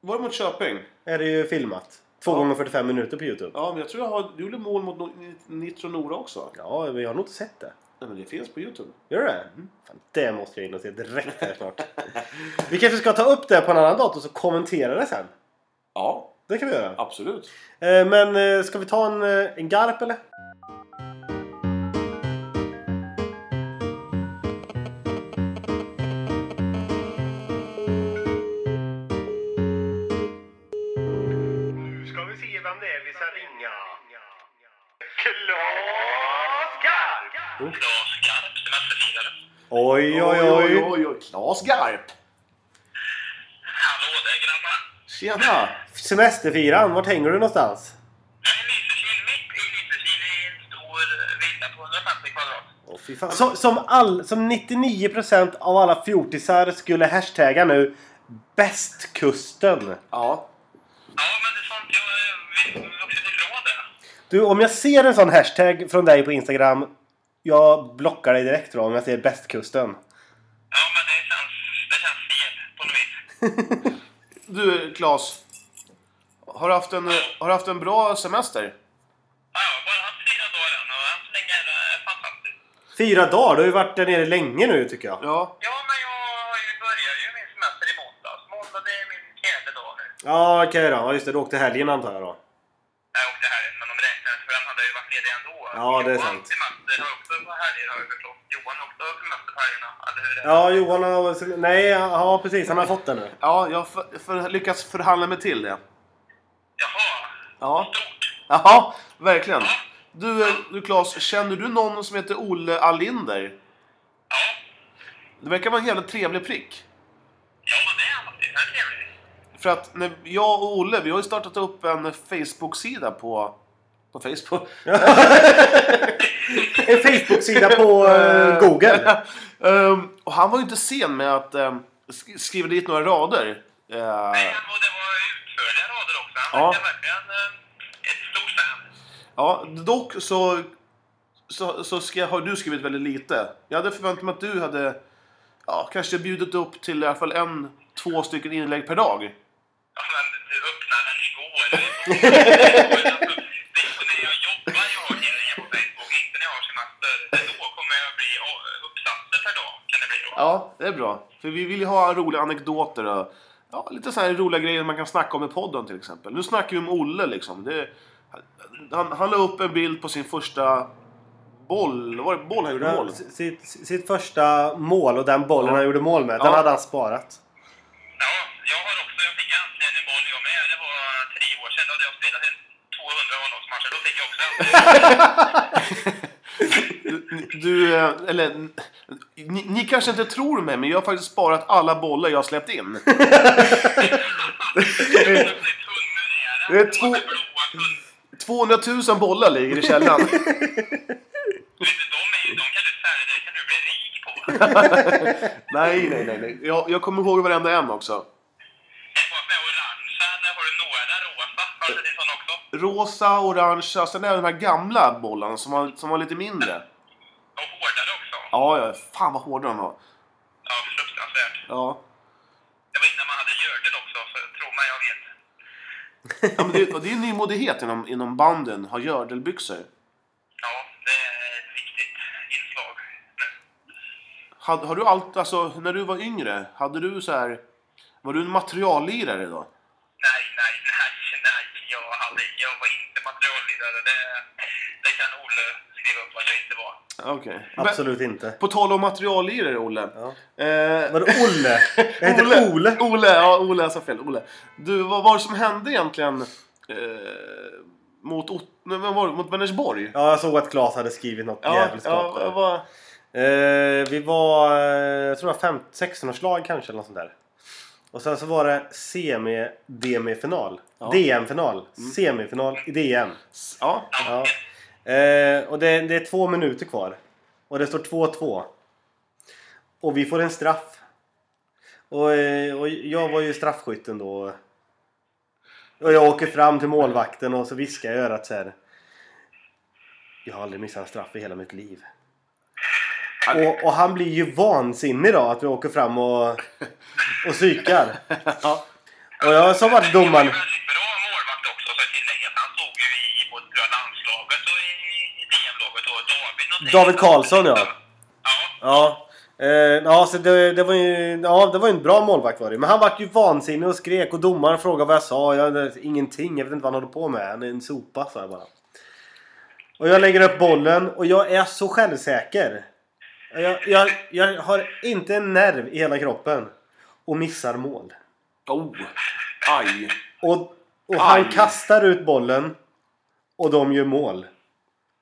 A: Var det mot Köping?
B: är det ju filmat. 2
A: Ja.
B: gånger 45 minuter på Youtube.
A: Ja, men jag tror jag har... Du gjorde mål mot no- Nitro Nora också.
B: Ja, men jag har nog inte sett det.
A: Nej, men det finns på Youtube.
B: Gör det? Fan, det måste jag in och se direkt här snart. vi kanske ska ta upp det på en annan dator så kommentera det sen.
A: Ja,
B: Det kan vi göra.
A: absolut.
B: Eh, Men eh, ska vi ta en, eh, en garp eller?
E: Nu ska vi se vem det är vi ska ringa. Klas Garp!
D: Claes Garp, semesterfirare.
B: Oj, oj, oj.
A: oj, oj. Klas Garp!
D: Hallå där grabbar!
A: Tjena!
B: Semesterfiran, vart hänger du någonstans?
D: Jag är i Lysekil, mitt i Lysekil i en stor villa på 150 kvadrat.
B: Åh, fy fan. Så, som, all, som 99% av alla fjortisar skulle hashtagga nu Bästkusten.
A: Ja.
D: Ja, men det är sånt jag eh, vill också till raden.
B: Du, om jag ser en sån hashtag från dig på Instagram jag blockar dig direkt då om jag ser Bästkusten.
D: Ja, men det känns, det känns fel på något vis.
A: Du, Klas. Har du haft en, har du haft en bra semester?
D: Ja, jag har bara haft fyra dagar än och än så länge är det fantastiskt.
B: Fyra dagar, du har ju varit där nere länge nu tycker jag.
A: Ja.
D: Ja, men jag har ju börjar ju min semester i måndags. Måndag det är min fjärde dag nu.
B: Ja, okej då. Ja, just det. Du åkte helgen antar jag då.
D: Jag åkte här men de räknar för han hade ju varit ledig ändå.
B: Ja, det är sant.
D: Johan semester har också på helger har jag förstått. Johan har också semester på helgerna, eller hur? är det?
B: Ja, Johan har... Nej, ja precis. Han har fått det nu.
A: Ja, jag har för, för, lyckats förhandla mig till det.
D: Jaha,
A: Ja.
D: stort.
A: Jaha, verkligen. Du, eh, du Klas, känner du någon som heter Olle Allinder?
D: Ja,
A: Det verkar vara en jävla trevlig prick.
D: ja men det är han faktiskt. Han är trevlig.
A: För att när jag och Olle, vi har ju startat upp en Facebook-sida på... På Facebook?
B: En Facebook-sida på eh, Google.
A: [laughs] Ehm, och han var ju inte sen med att ehm, sk- skriva dit några rader. Eh,
D: Nej, han- och det var utförliga rader också. Han
A: Ja.
D: verkar verkligen eh, ett stort fan.
A: Ja, dock så, så, så ska, har du skrivit väldigt lite. Jag hade förväntat mig att du hade ja, kanske bjudit upp till i alla fall en, två stycken inlägg per dag.
D: Ja, men du öppnade den
B: [laughs]
D: igår. Alltså, Det är inte när jag jobbar jag är på Facebook, inte när jag har semester. Då kommer jag bli ja, uppsatser per dag, kan det bli då.
A: Ja, det är bra. För vi vill ju ha roliga anekdoter och ja, lite så här roliga grejer man kan snacka om i podden till exempel. Nu snackar vi om Olle liksom. Det, han, han la upp en bild på sin första boll. Var det boll han gjorde mål?
B: Sitt, sitt första mål och den bollen
A: Ja.
B: han gjorde mål med, den
A: Ja.
B: hade han sparat.
D: Ja, jag har också, jag fick äntligen en boll jag med. Det var tre år sedan. Då hade jag spelat en 200 A-lagsmatcher. Då fick jag också äntligen en boll.
A: Du, du, eh, eller ni, ni kanske inte tror mig, men jag har faktiskt sparat alla bollar jag har släppt in.
D: Det är tung med det här.
A: Det är två-
D: Blåa
A: 200
D: pund.
A: 000 bollar ligger i källaren. [laughs]
D: Vet du, de, är, ju- de kan du sälja, det kan du bli rik på.
A: nej, nej, nej. nej. Jag, jag kommer ihåg varenda en också.
D: Vad med orangea? När Har du några rosa? Har du sett sån också?
A: Rosa, orangea, sen även de här gamla bollarna som var, som var lite mindre.
D: Och hårdare också?
A: Ja, ja. Fan vad hårda de var.
D: Ja, fruktansvärt.
A: Ja.
D: Det var innan man hade gördel också, så tror man jag vet.
A: Ja, men det, och det är en ny modighet inom, inom banden, ha gördelbyxor.
D: Ja, det är ett viktigt inslag nu.
A: Har, har du allt, alltså när du var yngre, hade du så här... Var du en materiallirare då?
D: Nej, nej, nej, nej. Jag, hade, jag var inte materialledare. Det, det kan Olle skriva upp vad jag inte var.
A: Okej. Men,
B: Absolut inte.
A: På tal om materiallirare, Olle.
B: Ja.
A: Eh,
B: Vadå Olle? Jag heter Ole.
A: Ole, ja Ole, jag sa fel. Ole. Du, vad var det som hände egentligen eh, mot, Ot- nej, vad var det, mot Vänersborg?
B: Ja, jag såg att Claes hade skrivit något jävligt
A: ja,
B: skap
A: vad-
B: där.
A: vad-
B: Eh, vi var, eh, jag tror det var 16-årslag kanske eller något sånt där. Och sen så var det semi, DM-final.
A: Ja. Mm.
B: DM-final. Semifinal i DM.
A: ja.
B: Ja. Eh, och det, det är två minuter kvar. Och det står 2-2. Och vi får en straff. Och, eh, och jag var ju straffskytten då. Och jag åker fram till målvakten och så viskar jag i örat så här. Jag har aldrig missat en straff i hela mitt liv. Och, och han blir ju vansinnig då att vi åker fram och, och psykar. Och jag som varit
D: Han
B: domaren.
D: var väldigt bra målvakt också, så jag tillägger. Han stod ju i både tror jag, landslaget och i, i DM-laget. Och David någonting.
B: David Karlsson ja.
D: Ja,
B: Ja. Eh, ja, så det, det var ju ja, det var ju en bra målvakt var det. Men han vart ju vansinnig och skrek och domaren frågade vad jag sa. Jag, det- ingenting, jag vet inte vad han håller på med. Han är en sopa sa jag bara. Och jag lägger upp bollen och jag är så självsäker. Jag, jag, jag har inte en nerv i hela kroppen. Och missar mål.
A: Oh. Aj.
B: Och, och han
A: Aj.
B: kastar ut bollen. Och de gör mål.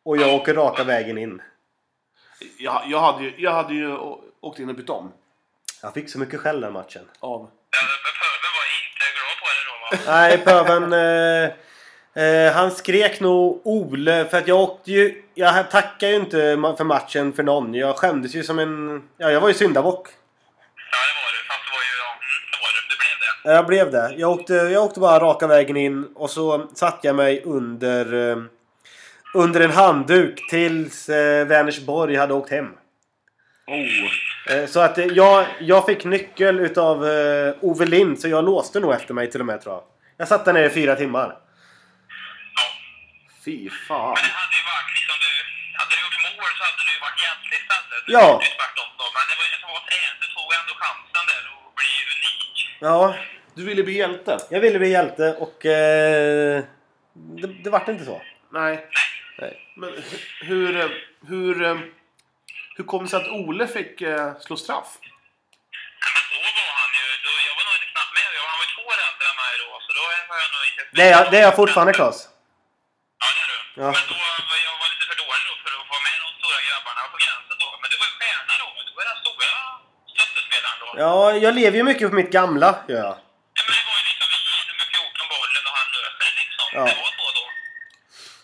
B: Och jag åker raka vägen in.
A: Jag, jag, hade ju, jag hade ju å- åkt in och bytt om.
B: Jag fick så mycket skäll den matchen.
A: Av.
D: Ja, men Pöbeln var inte glad på det
B: [laughs]
D: då va?
B: Nej, pöven. Eh, eh, han skrek nog Ole för att jag åkte ju... Jag tackar ju inte ma- för matchen för någon. Jag skämdes ju som en... Ja, jag var ju syndabock.
D: Ja, det var du. Fast det var ju... Ja, mm, det var du. Du blev det.
B: Eh, Jag blev det. Jag åkte, jag åkte bara raka vägen in och så satte jag mig under... Eh, under en handduk tills eh, Vänersborg hade åkt hem.
A: Oh.
B: Eh, så att eh, jag, jag fick nyckel utav eh, Ove Lind så jag låste nog efter mig till och med tror jag. Jag satt där nere i fyra timmar.
A: Fy fan.
D: Det hade ju varit liksom du... Hade du gjort mål så hade du ju varit hjälte istället.
B: Ja.
D: Det är ju tvärtom då. Men det var ju så att du tog ändå chansen där och bli unik.
B: Ja,
A: Du ville bli hjälte?
B: Jag ville bli hjälte och eh, det, det vart inte så.
A: Nej. Nej. Men hur, eh, hur, eh, hur kom det sig att Ole fick eh, slå straff?
D: Ja, Men då var han ju... Då, jag var nog inte knappt med. Jag, han var ju två år äldre än mig då. Så då var jag nog inte...
B: Det är jag, det är jag fortfarande Claes.
D: Ja, det är du.
B: Ja.
D: Men då var jag var lite för dålig då för att få med de stora grabbarna på gränsen då. Men du var ju stjärna då. Du var den stora stöttespelaren då.
B: Ja, jag lever ju mycket på mitt gamla gör jag. [laughs]
D: Ja, Men det var ju liksom vi ger nummer 14 bollen och han löser det liksom.
B: Ja.
D: Det var så då.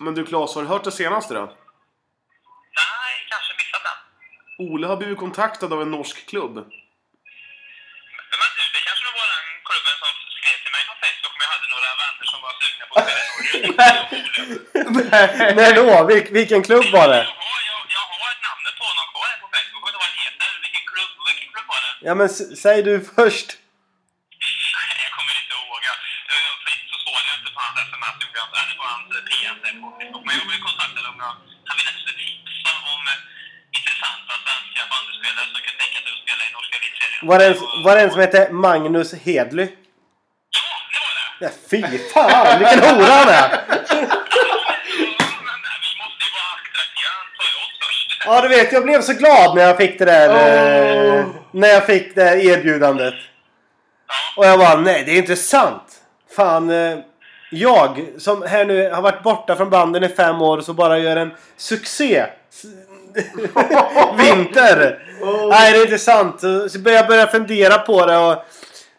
A: Men du Claes, har du hört det senaste då?
D: Nej, kanske missat den.
A: Ole har blivit kontaktad av en norsk klubb.
D: Men du, det kanske var den klubben som skrev till mig på Facebook om jag hade några vänner som var sugna på att spela i Norge.
B: När då? Vil, vilken klubb [laughs] var det?
D: Jag har, jag, jag har namnet på honom kvar här på Facebook. Jag kommer inte ihåg vad han heter. Vilken klubb, vilken klubb var det?
B: Ja men s- säg du först.
D: Nej, Jag kommer inte ihåg. Eh, För inte så svarade jag inte på hans sms. gjorde jag inte. Det var hans eh, PM där på Facebook. Men jag blev kontaktad om jag... Han ville att jag skulle tipsa om eh, intressanta svenska bandespelare som kunde tänka sig att spela i norska elitserien.
B: Var det en, var det en som hette Magnus Hedly?
D: Ja, det var det!
B: Ja, fy fan vilken hora han är!
D: Men eh, vi måste ju vara attraktiva, antar jag först.
B: Ja du vet jag blev så glad när jag fick det där... Eh, när jag fick det här erbjudandet. Och jag bara nej det är inte sant. Fan. Eh, jag som här nu har varit borta från banden i fem år och så bara gör en succé. s- Vinter! Nej det är inte sant. Så började jag börja fundera på det och...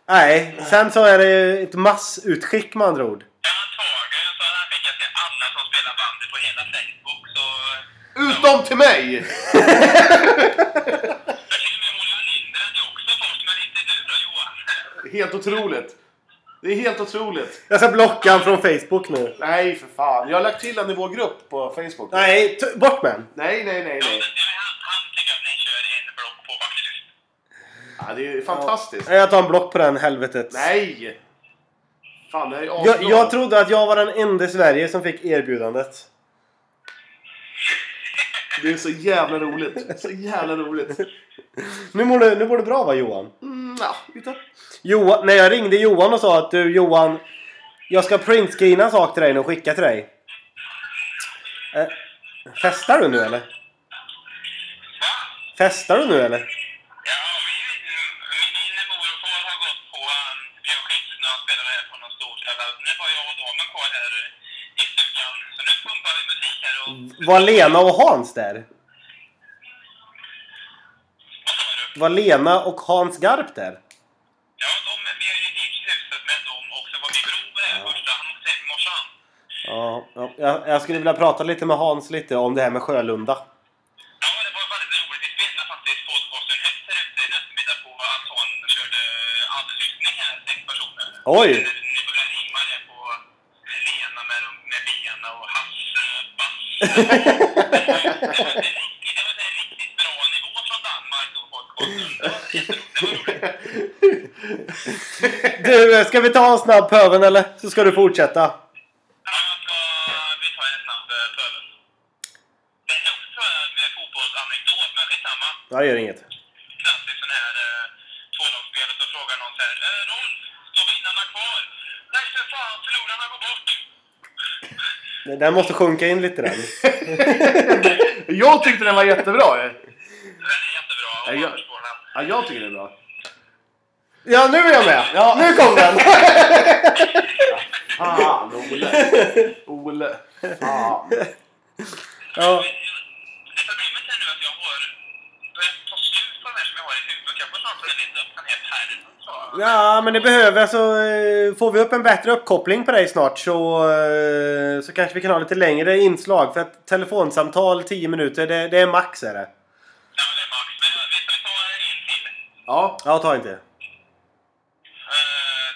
B: Nej. Sen så är det ett massutskick med andra ord.
D: Antagligen så hade han skickat till alla som spelar bandy på hela Facebook. Så
A: Utom till mig!
D: jag till och
A: Helt otroligt. Det är helt otroligt.
B: Jag ska blocka han från Facebook nu.
A: Nej, för fan. Jag har lagt till en i vår grupp på Facebook.
B: Nej, t- bort med han.
A: nej, nej, nej. nej.
D: Han tycker att ni kör en block på Maxis.
A: Ja, det är fantastiskt.
B: Nej, Jag tar en block på den helvetet.
A: Nej! Fan, det här är
B: Jag,
A: asbra.
B: jag trodde att jag var den enda i Sverige som fick erbjudandet.
A: Det är så jävla roligt. Så jävla roligt.
B: Nu mår du, nu mår du bra va Johan?
A: Mm, ja, lite.
B: Johan, när jag ringde Johan och sa att du Johan, jag ska printscreena en sak till dig nu och skicka till dig. Eh, festar du nu eller? Festar du nu eller?
D: Ja, min, min mor och far har gått på um, Björkskifs när han spelade här på någon stor jävla... Nu var jag och damen kvar här i stugan. Så nu pumpar vi musik här och...
B: Var Lena och Hans där?
D: Vad sa du?
B: Var Lena och Hans Garp där?
D: Ja, de, vi har ju hyrt huset med dem och så var vi broder här första. Han åkte hem i morsan.
B: Ja, ja, jag, jag skulle vilja prata lite med Hans lite om det här med Sjölunda.
D: Ja, det var väldigt roligt. Vi spelade faktiskt podcasten Häst här ute i eftermiddag på att han körde adlyssning här, sex personer.
B: Oj.
D: Ni började rimma där på Lena med, med bena och Hasse, Basse. det var en riktigt- det var en riktigt bra nivå från Danmark då, podcasten. Det var jätteroligt. Det var roligt.
B: Du, eh, ska vi ta en snabb pöven eller? Så ska du fortsätta.
D: Ja, jag ska... Vi tar en snabb eh, pöbel. Det är också eh, med fotbollsanekdot, men skitsamma.
B: Ja, det gör inget.
D: klassiskt sån här eh, tvålagsspel och så frågar någon så här eh, Rolf, står vinnarna kvar? Nej för fan, förlorarna går bort.
B: Den måste sjunka in lite den.
A: Jag tyckte den var jättebra.
D: Den är jättebra och
A: Ja, ja.
D: förstår den.
A: Ja, jag tycker den är bra.
B: [laughs] Ja, nu är jag med! Nu kom den!
A: Fan, Ole. Ole. Fan.
B: Ja.
D: Eh, Det problemet är nu att jag har börjat ta slut på den här som jag har i huvudet. Jag får snart leta upp den här pärmen tror jag.
B: ja, men det behöver alltså... eh, Får vi upp en bättre uppkoppling på dig snart så, eh, så kanske vi kan ha lite längre inslag. För att telefonsamtal 10 minuter, det, det är max är det.
D: Nej men det är max. Men eh, vi ska ta en till.
A: Ja,
B: Ja, ta inte.
D: Eh,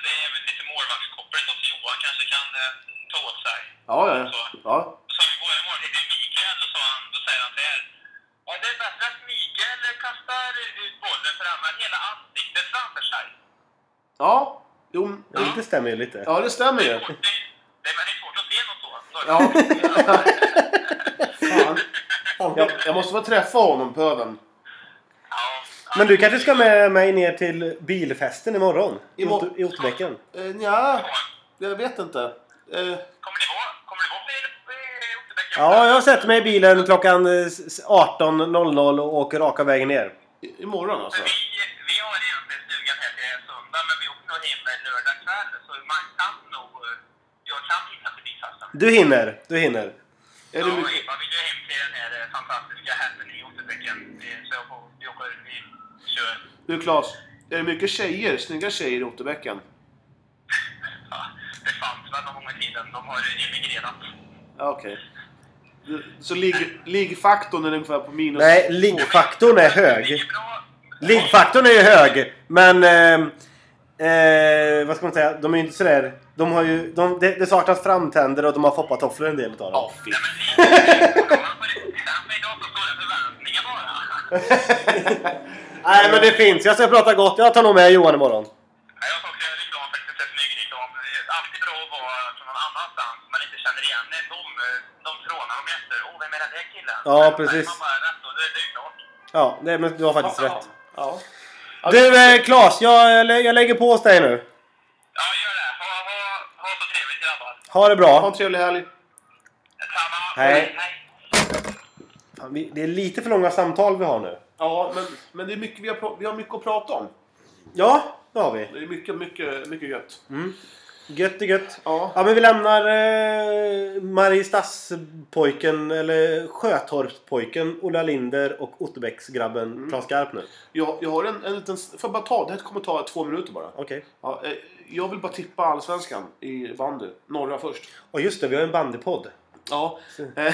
D: Det är även lite målvaktskoppling då, så Johan kanske kan eh, ta åt sig.
A: ja, ja. ja.
D: sa igår i morgon, heter Mikael, och sa han, då säger han så här. Ja, det är bättre att Mikael kastar ut bollen för han har hela ansiktet framför sig.
A: ja. Jo,
B: Ja, det stämmer ju lite.
A: ja, det stämmer ju.
D: Det, det, men det är svårt att se något sånt. Så-
B: [laughs]
A: Ja. Fan. Jag, jag måste få träffa honom, pöven.
D: Ja,
B: Men du kanske ska med mig ner till bilfesten imorgon? I,
A: Imorgon.
B: Ot- I Otterbäcken?
A: Uh, ja, jag vet inte. Eh,
D: Kommer ni vara, kommer ni eh, vara på i- i Otterbäck?
B: Ja, jag sätter mig i bilen klockan eh, s- 18.00 och åker raka vägen ner.
A: i- imorgon alltså.
D: Vi, vi har egentligen stugan här till söndag, men vi åker nog hem lördag kväll, så man kan nog... eh, Jag kan hinna till bilfesten.
B: Du hinner, du hinner.
A: Är
D: Ja,
A: det mycket?
D: Eva vill ju hem till den här eh, fantastiska herren i Otterbäcken, eh, så jag får, vi åker, vi kör.
A: Du Claes, är det mycket tjejer? Snygga tjejer i Otterbäcken?
D: Ja, det fanns väl någon gång i tiden. De har emigrerat.
A: Ja, okej. Du- Så ligg- liggfaktorn är ungefär på minus...
B: Nej, liggfaktorn är hög.
D: Ligger bra.
B: Liggfaktorn är ju hög, men... Eh, eh, vad ska man säga? De är ju inte sådär... De har ju... De, det, det saknas framtänder och de har foppatofflor en del utav dem.
A: Ja, fy.
D: Men idag så står det förväntningar bara.
B: Nej, men det finns. Jag ska prata gott. Jag tar nog med Johan imorgon.
D: Ja, Jag sa också reklam faktiskt, ett smygreklam. Eh, Alltid bra att vara från någon annanstans man inte känner igen. Det är De, eh, de trånar de efter. Åh, vem är den där killen?
B: Ja,
D: Men-
B: precis.
D: men Man bara rätt och det det är klart.
B: Ja, det, men du har faktiskt rätt.
A: Ja.
B: Du, eh, Claes. Jag, jag lä- jag lägger på hos dig nu.
D: Ja, gör det. Ha, ha, ha så trevligt grabbar.
B: Ha
A: Ha
B: det
A: en
B: bra.
A: trevlig helg.
D: Samma.
B: Hej.
D: Hej.
B: Fan, vi- Det är lite för långa samtal vi har nu.
A: Ja, men, men det är mycket, vi, har, pra- vi har mycket att prata om.
B: Ja, det har vi.
A: Det är mycket, mycket, mycket gött.
B: Gött är gött.
A: Ja.
B: Ja men vi lämnar eh, Mariestadspojken eller Sjötorpspojken Ola Linder och Otterbäcksgrabben Claes Garp nu.
A: Jag, jag har en, en liten... Får jag bara ta? Det här kommer ta två minuter bara.
B: Okej.
A: Ja, eh, jag vill bara tippa allsvenskan i bandy. Norra först.
B: Och just det, vi har
A: [laughs]
B: en bandypodd.
A: Ja. eh,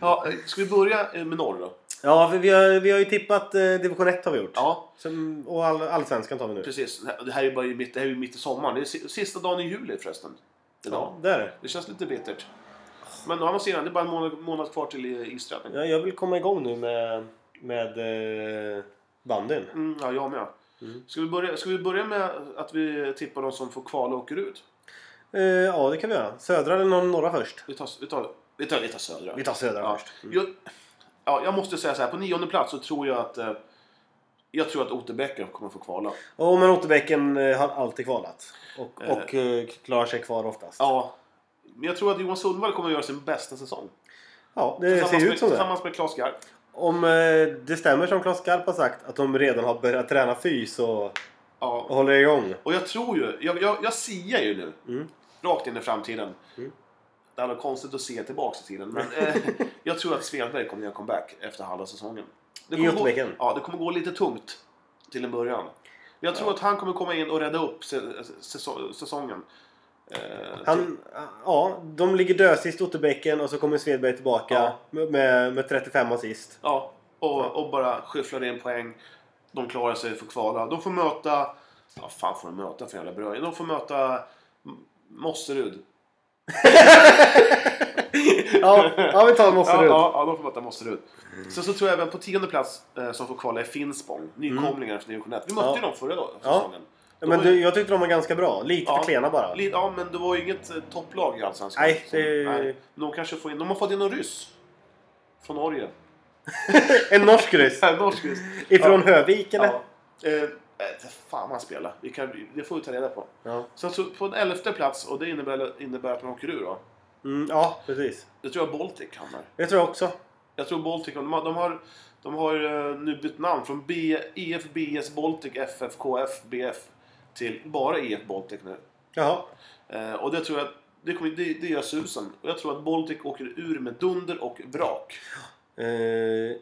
A: ja eh, ska vi börja eh, med norr då?
B: Ja, för vi har, vi har ju tippat eh, division 1 har vi gjort.
A: Ja,
B: Som, och all, allsvenskan tar vi nu.
A: precis. Det här är ju bara i mitt, det här är ju mitt i sommaren. Det är si- sista dagen i juli förresten. Idag.
B: Ja, det är det.
A: Det känns lite bittert. Men å andra sidan, det är bara en månad, månad kvar till eh, i- isträtning.
B: Ja, jag vill komma igång nu med, med eh, bandyn.
A: Mm, ja, jag med. Ska, vi börja, ska vi börja med att vi tippar de som får kvala och åker ut?
B: Eh, ja, det kan vi göra. Södra eller någon norra först?
A: Vi tar, vi tar, vi tar, vi tar södra.
B: Vi tar södra
A: ja.
B: först. Mm.
A: Jag, ja, jag måste säga så här, på nionde plats så tror jag att eh, jag tror att Otterbäcken kommer få kvala.
B: Och men Otterbäcken eh, har alltid kvalat. Och,
A: Eh.
B: och eh, klarar sig kvar oftast.
A: Ja, men jag tror att Johan Sundvall kommer att göra sin bästa säsong.
B: Ja, det ser
A: Tillsammans
B: ju
A: med-
B: ut som det.
A: Tillsammans med Claes Garp.
B: Om eh, det stämmer som Claes Skarp har sagt att de redan har börjat träna fys och,
A: Ja.
B: och håller igång.
A: Och jag tror ju, jag, jag, jag siar ju nu,
B: Mm.
A: rakt in i framtiden.
B: Mm.
A: Det hade varit konstigt att se tillbaka i tiden, men eh, [laughs] jag tror att Svedberg kommer göra comeback efter halva säsongen. Det
B: I
A: kommer gå,
B: Göteborg?
A: Ja, det kommer gå lite tungt till en början. Men jag tror att han kommer komma in och rädda upp se, säso- säsongen. Eh,
B: Han, ja, de ligger dösist Otterbäcken och så kommer Svedberg tillbaka
A: Ja.
B: med, med, med 35 assist.
A: Ja, och, och bara skyfflar in poäng. De klarar sig för kvala. De får möta... Vad fan får de möta för jävla bröd? De får möta M- Mosserud.
B: Ja, ja vi tar Mosserud.
A: Ja, ja, ja, de får möta Mosserud. Sen så tror jag även på tionde plats eh, som får kvala är Finspång. Nykomlingar från division 1. Vi mötte ju
B: Mm. Ja.
A: dem förra då-
B: Ja.
A: säsongen.
B: Ja,
A: De
B: Men
A: var ju-
B: du, jag tyckte de var ganska bra. Lite
A: Ja.
B: för klena bara.
A: li- Ja, men det var ju inget eh, topplag i Allsvenskan.
B: Nej,
A: Så,
B: det-
A: nej. De kanske får in... De har fått in någon ryss. Från Norge. [laughs]
B: En norsk [laughs] ryss.
A: En norsk ryss.
B: Ifrån Hövik eller?
A: Ja. Eh, eh, fan vad han spelar. Vi kan, det får vi ta reda på.
B: Ja.
A: Sen så på en elfte plats, och det innebär, innebär att man åker ur då.
B: Mm, ja, precis.
A: Det tror jag Baltic hamnar.
B: Det tror jag också.
A: Jag tror Baltic, de har, de har, de har eh, nu bytt namn från B, EF, BS, Baltic, FF, KF, BF till bara EF Baltic nu.
B: Jaha.
A: Eh, och det tror jag, det, kommer, det, det gör susen. Och jag tror att Baltic åker ur med dunder och brak.
B: Eh,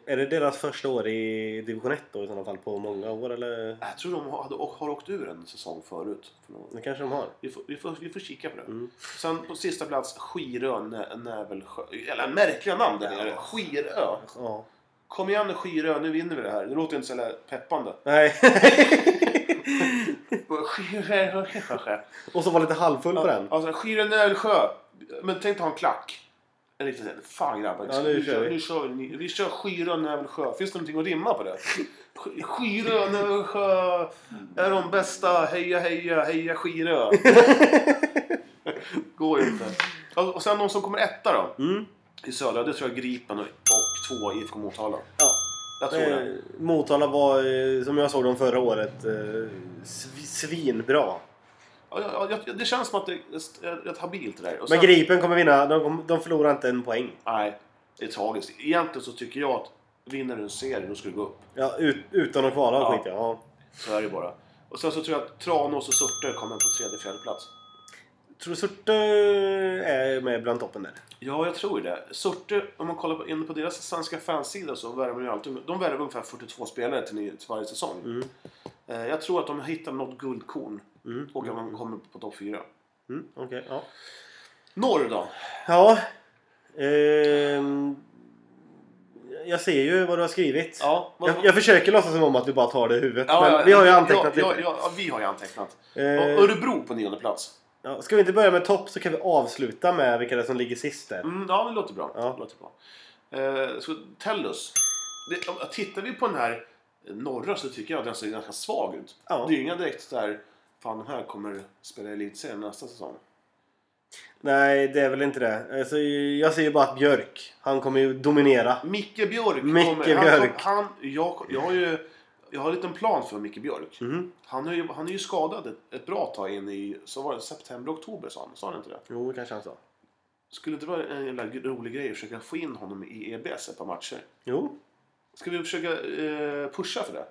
B: är det deras första år i division 1 då i sådana fall på många år eller?
A: Jag tror de har, hade, och har åkt ur en säsong förut. För någon-
B: Det kanske de har.
A: Vi får, vi, får, vi får kika på det. Sen på sista plats Skirö, Nä- Nävelsjö. Eller märkliga namn där nere. Skirö.
B: Ja.
A: Kom igen Skirö, nu vinner vi det här. Det låter inte så jävla peppande.
B: Nej. [laughs]
A: Skirö.
B: och så var lite halvfull på den.
A: Alltså Skirö Nävelsjö. Men tänk dig ha en klack. En riktig sån. Fan grabbar.
B: Ja, nu kör vi.
A: Nu kör vi. Ni- Vi kör Skirö Nävelsjö. Finns det någonting att rimma på det? Sk- Skirö Nävelsjö. Är de bästa. Heja heja heja
B: [laughs]
A: Skirö. Går ju inte. Alltså, Och och sen de som kommer etta då.
B: Mm.
A: I södra. Det tror jag Gripen och, och två IFK Motala.
B: Ja.
A: Jag tror det.
B: Eh, Motala var, eh, som jag såg dem förra året, eh, sv- svinbra.
A: Ja, ja, ja, jag- det känns som att det är st- är rätt habilt det där. Och
B: Men
A: sen-
B: Gripen kommer vinna. De, kom- de förlorar inte en poäng.
A: Nej, det är tragiskt. Egentligen så tycker jag att vinner du en serie, då ska du gå upp.
B: Ja, ut, utan att kvala
A: Ja.
B: skiter jag ja.
A: Så är det bara. Och sen så tror jag att Tranås och Surte kommer på tredje, fjärde plats.
B: Tror Surte eh, är med bland toppen där.
A: Ja, jag tror det. Surte, om man kollar på, in på deras svenska fansida så värvar de ju alltid... De värvar ungefär 42 spelare till, ny- till varje säsong.
B: Mm.
A: Eh, Jag tror att de hittar något guldkorn
B: Mm.
A: och att de kommer på topp fyra.
B: Mm, okej, ja.
A: Norr då?
B: Ja. Ehm, jag ser ju vad du har skrivit.
A: Ja, vad-
B: Jag, jag försöker låtsas som om att du bara tar det i huvudet.
A: Ja,
B: men
A: ja,
B: vi har ju
A: ja,
B: antecknat
A: ja,
B: lite.
A: Ja, ja, vi har ju antecknat.
B: Eh.
A: Och Örebro på nionde plats.
B: Ja, ska vi inte börja med topp så kan vi avsluta med vilka det är som ligger sist där.
A: Mm, ja, det låter bra.
B: Ja.
A: Det låter bra. Eh, så Tellus. Det, om- tittar vi på den här norra så tycker jag att den ser ganska svag ut.
B: Ja.
A: Det är ju inga direkt där fan de här kommer spela i elitserien nästa säsong.
B: Nej, det är väl inte det. Alltså, jag ser ju bara att Björk, han kommer ju dominera.
A: Micke Björk
B: Micke
A: kommer.
B: Björk.
A: Han, kom- han, jag, jag har ju jag har en liten plan för Micke Björk.
B: Mhm.
A: Han, är ju, han är ju skadad ett, ett bra tag in i så var det september, oktober sa han. Sa han inte det?
B: Jo, det kanske han sa.
A: Skulle det vara en jävla rolig grej att försöka få in honom i EBS ett par matcher?
B: Jo.
A: Ska vi försöka eh, pusha för det?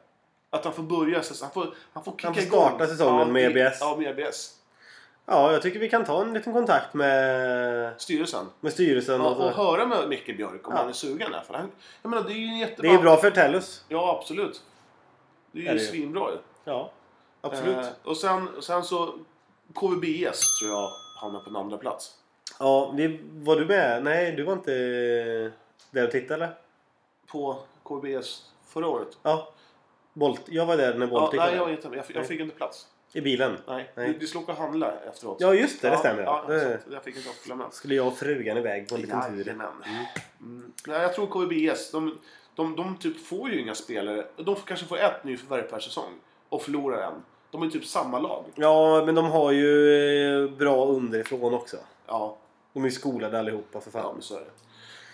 A: Att han får börja, så han får, han får kicka
B: Han får
A: igång.
B: starta säsongen med
A: i-
B: EBS.
A: Ja, med EBS.
B: Ja, jag tycker vi kan ta en liten kontakt med,
A: Styrelsen.
B: med styrelsen.
A: Ja,
B: och så.
A: och höra med Micke Björk om
B: alltså- Ja.
A: han är sugen. Här, för han, jag menar, det är ju en jättebra...
B: det är ju bra för Tellus.
A: Ja, absolut. Det är ju
B: Är det ju.
A: svinbra ju.
B: Ja, absolut.
A: Eh, och sen, sen så... KVBS tror jag hamnar på en andra plats.
B: Ja, vi, var du med? Nej, du var inte där och tittade eller?
A: På... KBS förra året.
B: Ja. Bolt. Jag var där när
A: Ja,
B: Boltic
A: nej, jag,
B: var
A: var
B: där.
A: inte, jag, fick, jag fick inte plats.
B: I bilen.
A: Nej.
B: Nej.
A: Vi, vi skulle åka och handla efteråt.
B: Ja, just det. Det stämmer.
A: Ja,
B: Det-
A: så att jag fick inte åka med.
B: skulle jag och frugan iväg på en liten tur.
A: Jajamän. Mm. Nej, jag tror KBS, de, de, de typ får ju inga spelare. De får, kanske får ett nyförvärv per säsong och förlorar en. De är typ samma lag.
B: Ja, men de har ju eh, bra underifrån också.
A: Ja,
B: De är ju skolade allihopa för
A: ja
B: fan.
A: men så är det.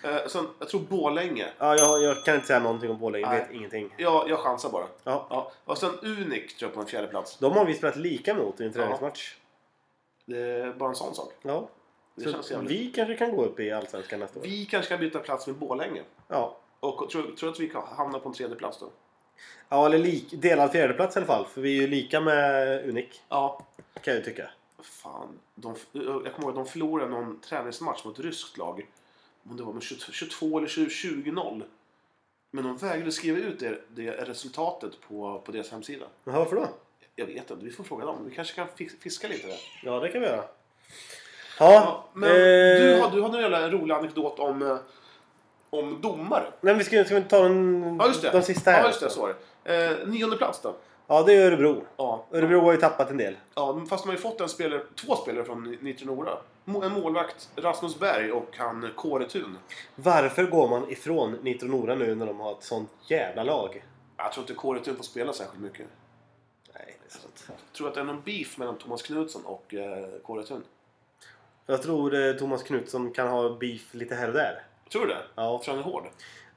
A: Eh, sen, jag tror Borlänge.
B: Ja, jag, jag kan inte säga någonting om Borlänge. Jag
A: Nej.
B: vet ingenting.
A: Ja, jag chansar bara.
B: Ja.
A: Ja. Och sen Unik tror jag på en fjärde plats.
B: De har vi spelat lika mot i en träningsmatch.
A: Det är bara en sån sak.
B: Ja.
A: Det
B: Så
A: känns jävligt. Vi...
B: vi kanske kan gå upp i Allsvenskan nästa år.
A: kanske kan byta plats med Borlänge.
B: Ja.
A: Och tror, tror att vi kan hamna på en tredje plats då.
B: ja, eller lik, delad fjärdeplats i alla fall. För vi är ju lika med Unik,
A: Ja.
B: kan jag ju tycka.
A: Fan. De, jag kommer ihåg att de förlorade någon träningsmatch mot ett ryskt lag. Om det var med 22 22 eller 20-0. Men de vägrade skriva ut det, det resultatet på, på deras hemsida.
B: Men varför då?
A: Jag vet inte, vi får fråga dem. Vi kanske kan fis- fiska lite där.
B: Ja, det kan vi göra. Ja,
A: Ja, men
B: eh,
A: du, har, du hade en jävla rolig anekdot om, eh, om domare.
B: Nej, men ska, ska vi inte ta den,
A: Ja, just det.
B: de sista här? alltså.
A: Ja, just det. Så är det. Eh, nionde plats då?
B: Ja, det är Örebro.
A: Ja.
B: Örebro har ju tappat en del.
A: ja. men Fast de har ju fått en spelare, två spelare från Nitro Nora. Mo- En målvakt, Rasmus Berg och han Kåre Thun.
B: Varför går man ifrån Nitro Nora nu när de har ett sånt jävla lag?
A: Jag tror inte Kåre Thun får spela särskilt mycket.
B: Nej, det är sant.
A: Jag tror att det är någon beef mellan Thomas Knutsson och eh, Kåre Thun.
B: Jag tror eh, Thomas Knutsson kan ha beef lite här och där.
A: Tror du det?
B: Ja.
A: För han är hård.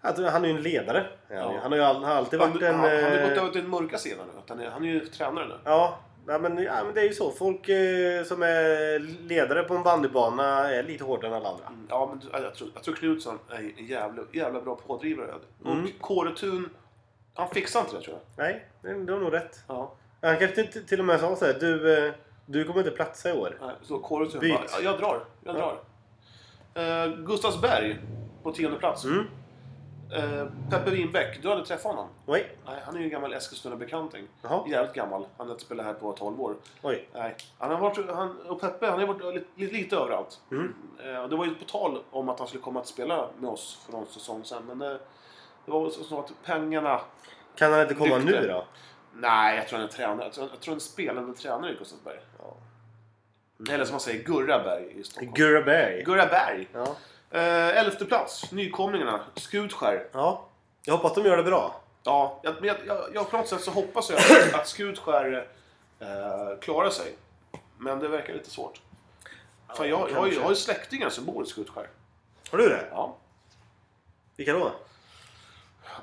B: Jag tror- Han är ju en ledare. Ja.
A: Ja.
B: Han har ju all, har alltid
A: Han,
B: varit
A: han,
B: en...
A: han har
B: eh,
A: gått över till den mörka sidan nu. Att Han är, han är ju tränare nu.
B: Ja, nej, men, ja, men det är ju så. Folk eh, som är ledare på en bandybana är lite hårdare än alla andra.
A: Mm, Ja, men du- jag tror, jag tror Knutsson är en jävla, jävla bra pådrivare.
B: Mm.
A: Och Kåre Thun, han fixar inte det tror jag.
B: Nej, det- du har nog rätt.
A: Ja.
B: Han kanske till, till och med sa så här, du, eh, du kommer inte platsa i år.
A: Nej, Så Kåre Thun
B: Byt.
A: bara, "Ja, jag drar. Jag drar. Eh, Gustavsberg på tionde plats.
B: Mm.
A: Eh, Peppe Winbäck, du hade träffat honom?
B: Oj,
A: Nej, han är ju en gammal Eskilstuna-bekanting.
B: Jaha.
A: Jävligt gammal. Han har inte spelat här på 12 år.
B: oj.
A: Nej. Han har varit, han, och Peppe, han har varit lite, lite överallt.
B: Mm.
A: Eh, och det var ju på tal om att han skulle komma att spela med oss för någon säsong sedan. Men det, det var väl så så att pengarna...
B: Kan han inte komma
A: Dykte.
B: nu då?
A: Nej, jag tror han är tränare. Jag tror, jag tror han är spelande tränare i Gustavsberg. Mm.
B: Ja.
A: Eller som man säger, Gurraberg i Stockholm.
B: Gurraberg.
A: Gurraberg!
B: Ja.
A: Eh, elfte plats, nykomlingarna, Skutskär.
B: ja. Jag hoppas de gör det bra.
A: Ja, jag, men jag, jag, jag på något sätt så hoppas jag att, att Skutskär eh, klarar sig. Men det verkar lite svårt. Fan, jag, jag, har ju- jag har ju släktingar som bor i Skutskär.
B: Har du det?
A: Ja.
B: Vilka då?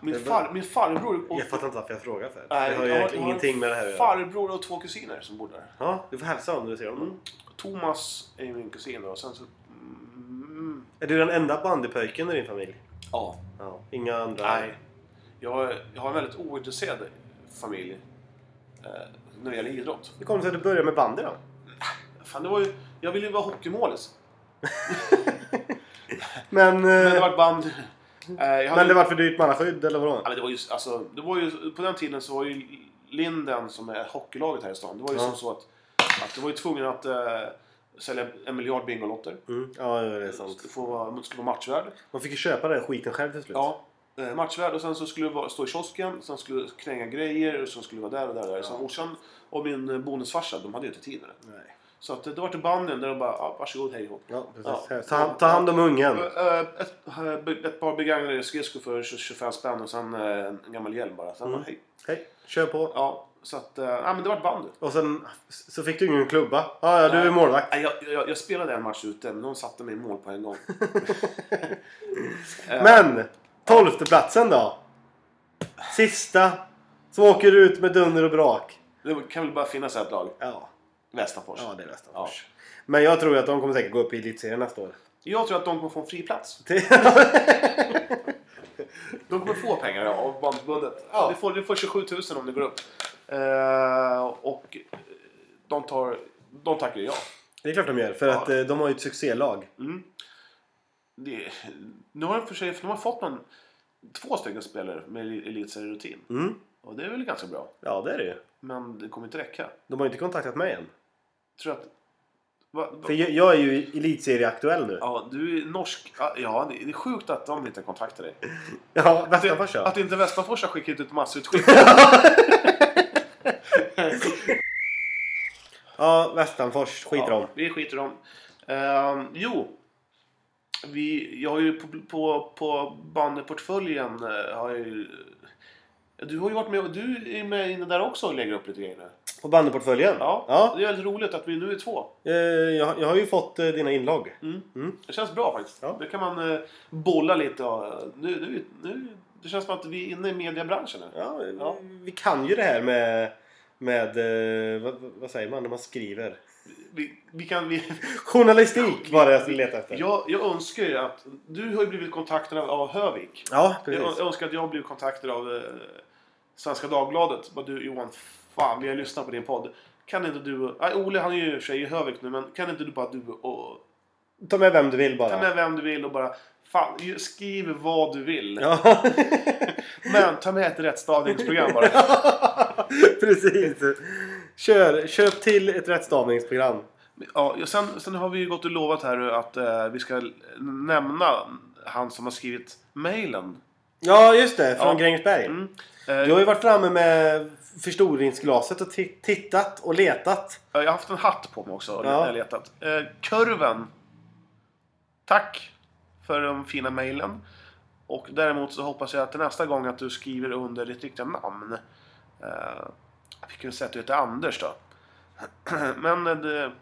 A: Min, far, min farbror... och-
B: Jag fattar inte varför jag frågar för.
A: Nej,
B: det har ju
A: jag
B: egentligen
A: jag
B: ingenting med det här att göra.
A: Farbror och två kusiner som bor där.
B: Ja, du får hälsa om du ser honom.
A: Thomas är ju min kusin då, och sen så... Mm,
B: Är du den enda bandypöjken i din familj?
A: ja.
B: Ja. Inga andra?
A: Nej. Jag, jag har en väldigt ointresserad familj eh, när det gäller idrott.
B: Hur kom det sig att du började med bandy då?
A: Fan, det var ju, jag ville ju vara hockeymålis.
B: Men,
A: Men det
B: eh,
A: var band. Eh, jag hade,
B: men det var för dyrt med alla skydd eller vadå?
A: ja, men det var ju, alltså, det var ju, på den tiden så var ju Linden, som är hockeylaget här i stan, det var ju
B: Ja.
A: som så att, att de var ju tvungna att eh, sälja en miljard bingolotter.
B: Mm. Ja, det är sant.
A: Skulle få vara- skulle vara matchvärd.
B: Man fick ju köpa den skiten själv till slut.
A: Ja, eh, matchvärd och sen så skulle det vara, stå i kiosken, sen skulle det kränga grejer och så skulle det vara där och där och där. Så morsan och min eh, bonusfarsa, de hade ju inte tid med det.
B: Nej.
A: Så att eh, det var till banden där de bara, ah, varsågod hej då.
B: Ja, precis.
A: Ja.
B: Här, Ta, ta hand om ungen.
A: Eh, Ett, eh, be- ett par begagnade skridskor för 20 25 spänn och sen eh, en en gammal hjälm bara. Sen
B: Mm.
A: bara, hej.
B: Hej, kör på.
A: Ja, så att, eh, ja men det var bandet.
B: Och sen så fick du ingen klubba. Ja, ja, du är
A: Nej.
B: målvakt.
A: Nej, Eh, Jag, jag, jag spelade en match ute, men de satte mig i mål på en
B: [laughs]
A: gång. Eh,
B: Men! Tolfte platsen då? Sista som åker ut med dunder och brak.
A: Det kan väl bara finnas ett lag.
B: Ja,
A: Västafors.
B: ja det är nästan
A: Ja.
B: först. Men jag tror att de kommer säkert gå upp i elitserien nästa år.
A: Jag tror att de kommer få en fri plats. [laughs] de kommer få pengar av bandförbundet.
B: Ja.
A: Ja. Du, får, du får 27 000 om det går upp. Eh, och eh, de, tar, de tackar ju ja.
B: Det är klart de gör, för
A: Ja.
B: att eh, de har ju ett succélag.
A: Mm. Det, nu har de för sig för de har fått någon, två stycken spelare med elit- elitserierutin.
B: Mm.
A: Och det är väl ganska bra.
B: Ja, det är det ju.
A: Men det kommer inte räcka.
B: De har ju inte kontaktat mig än.
A: Jag tror att Va, va,
B: För jag, jag är ju elitserieaktuell nu.
A: ja, du är norsk. Ja, Ja, det det är sjukt att de inte kontaktar dig.
B: Ja,
A: Att, det-
B: Västanfors ja.
A: att inte Västanfors har skickat ut
B: [laughs]
A: massutskick.
B: Ja, Västanfors. Skiter om.
A: Ja, vi skiter om. Ehm, jo. Vi, jag har ju på, på, på bandyportföljen eh, har jag ju, Du har ju varit med och du är med inne där också och lägger upp lite grejer nu.
B: På bandyportföljen?
A: Ja,
B: ja.
A: Det är väldigt roligt att vi nu är två.
B: Eh, Jag, jag har ju fått eh, dina inlogg.
A: Det känns bra faktiskt.
B: Ja.
A: Det kan man eh, bolla lite och, eh, nu, nu, nu, Det känns som att vi är inne i mediebranschen nu.
B: Ja, eh,
A: Ja.
B: Vi kan ju det här med... Med... eh, Vad, vad säger man när man skriver?
A: Vi, vi kan, vi,
B: Journalistik var det jag skulle leta efter.
A: jag, jag önskar ju att... Du har ju blivit kontaktad av, av Hövik.
B: Ja,
A: Jag
B: precis.
A: önskar att jag blev kontaktad av eh, Svenska Dagbladet. Bara du Johan, fan vi har lyssnat på din podd. Kan inte du... Nej, Ole han är ju i och för sig i Hövik nu men kan inte du bara du och...
B: Ta med vem du vill
A: Ta
B: bara.
A: med vem du vill och bara... Fan, ju- skriv vad du vill.
B: Ja, [laughs]
A: Men ta med ett rättstavningsprogram bara.
B: precis. Kör, köp till ett rättstavningsprogram.
A: Ja, och sen, sen har vi ju gått och lovat här att eh, vi ska nämna han som har skrivit mejlen.
B: Ja, just det. Från
A: Ja.
B: Grängesberg.
A: Mm.
B: Du har ju varit framme med förstoringsglaset och ti- tittat och letat.
A: Jag har haft en hatt på mig också och
B: Ja.
A: jag har letat. Eh, kurven. Tack för de fina mejlen. Och däremot så hoppas jag att nästa gång att du skriver under ditt riktiga namn. Eh, vi kunde säga att du heter Anders då. [clears throat] Men eh, det,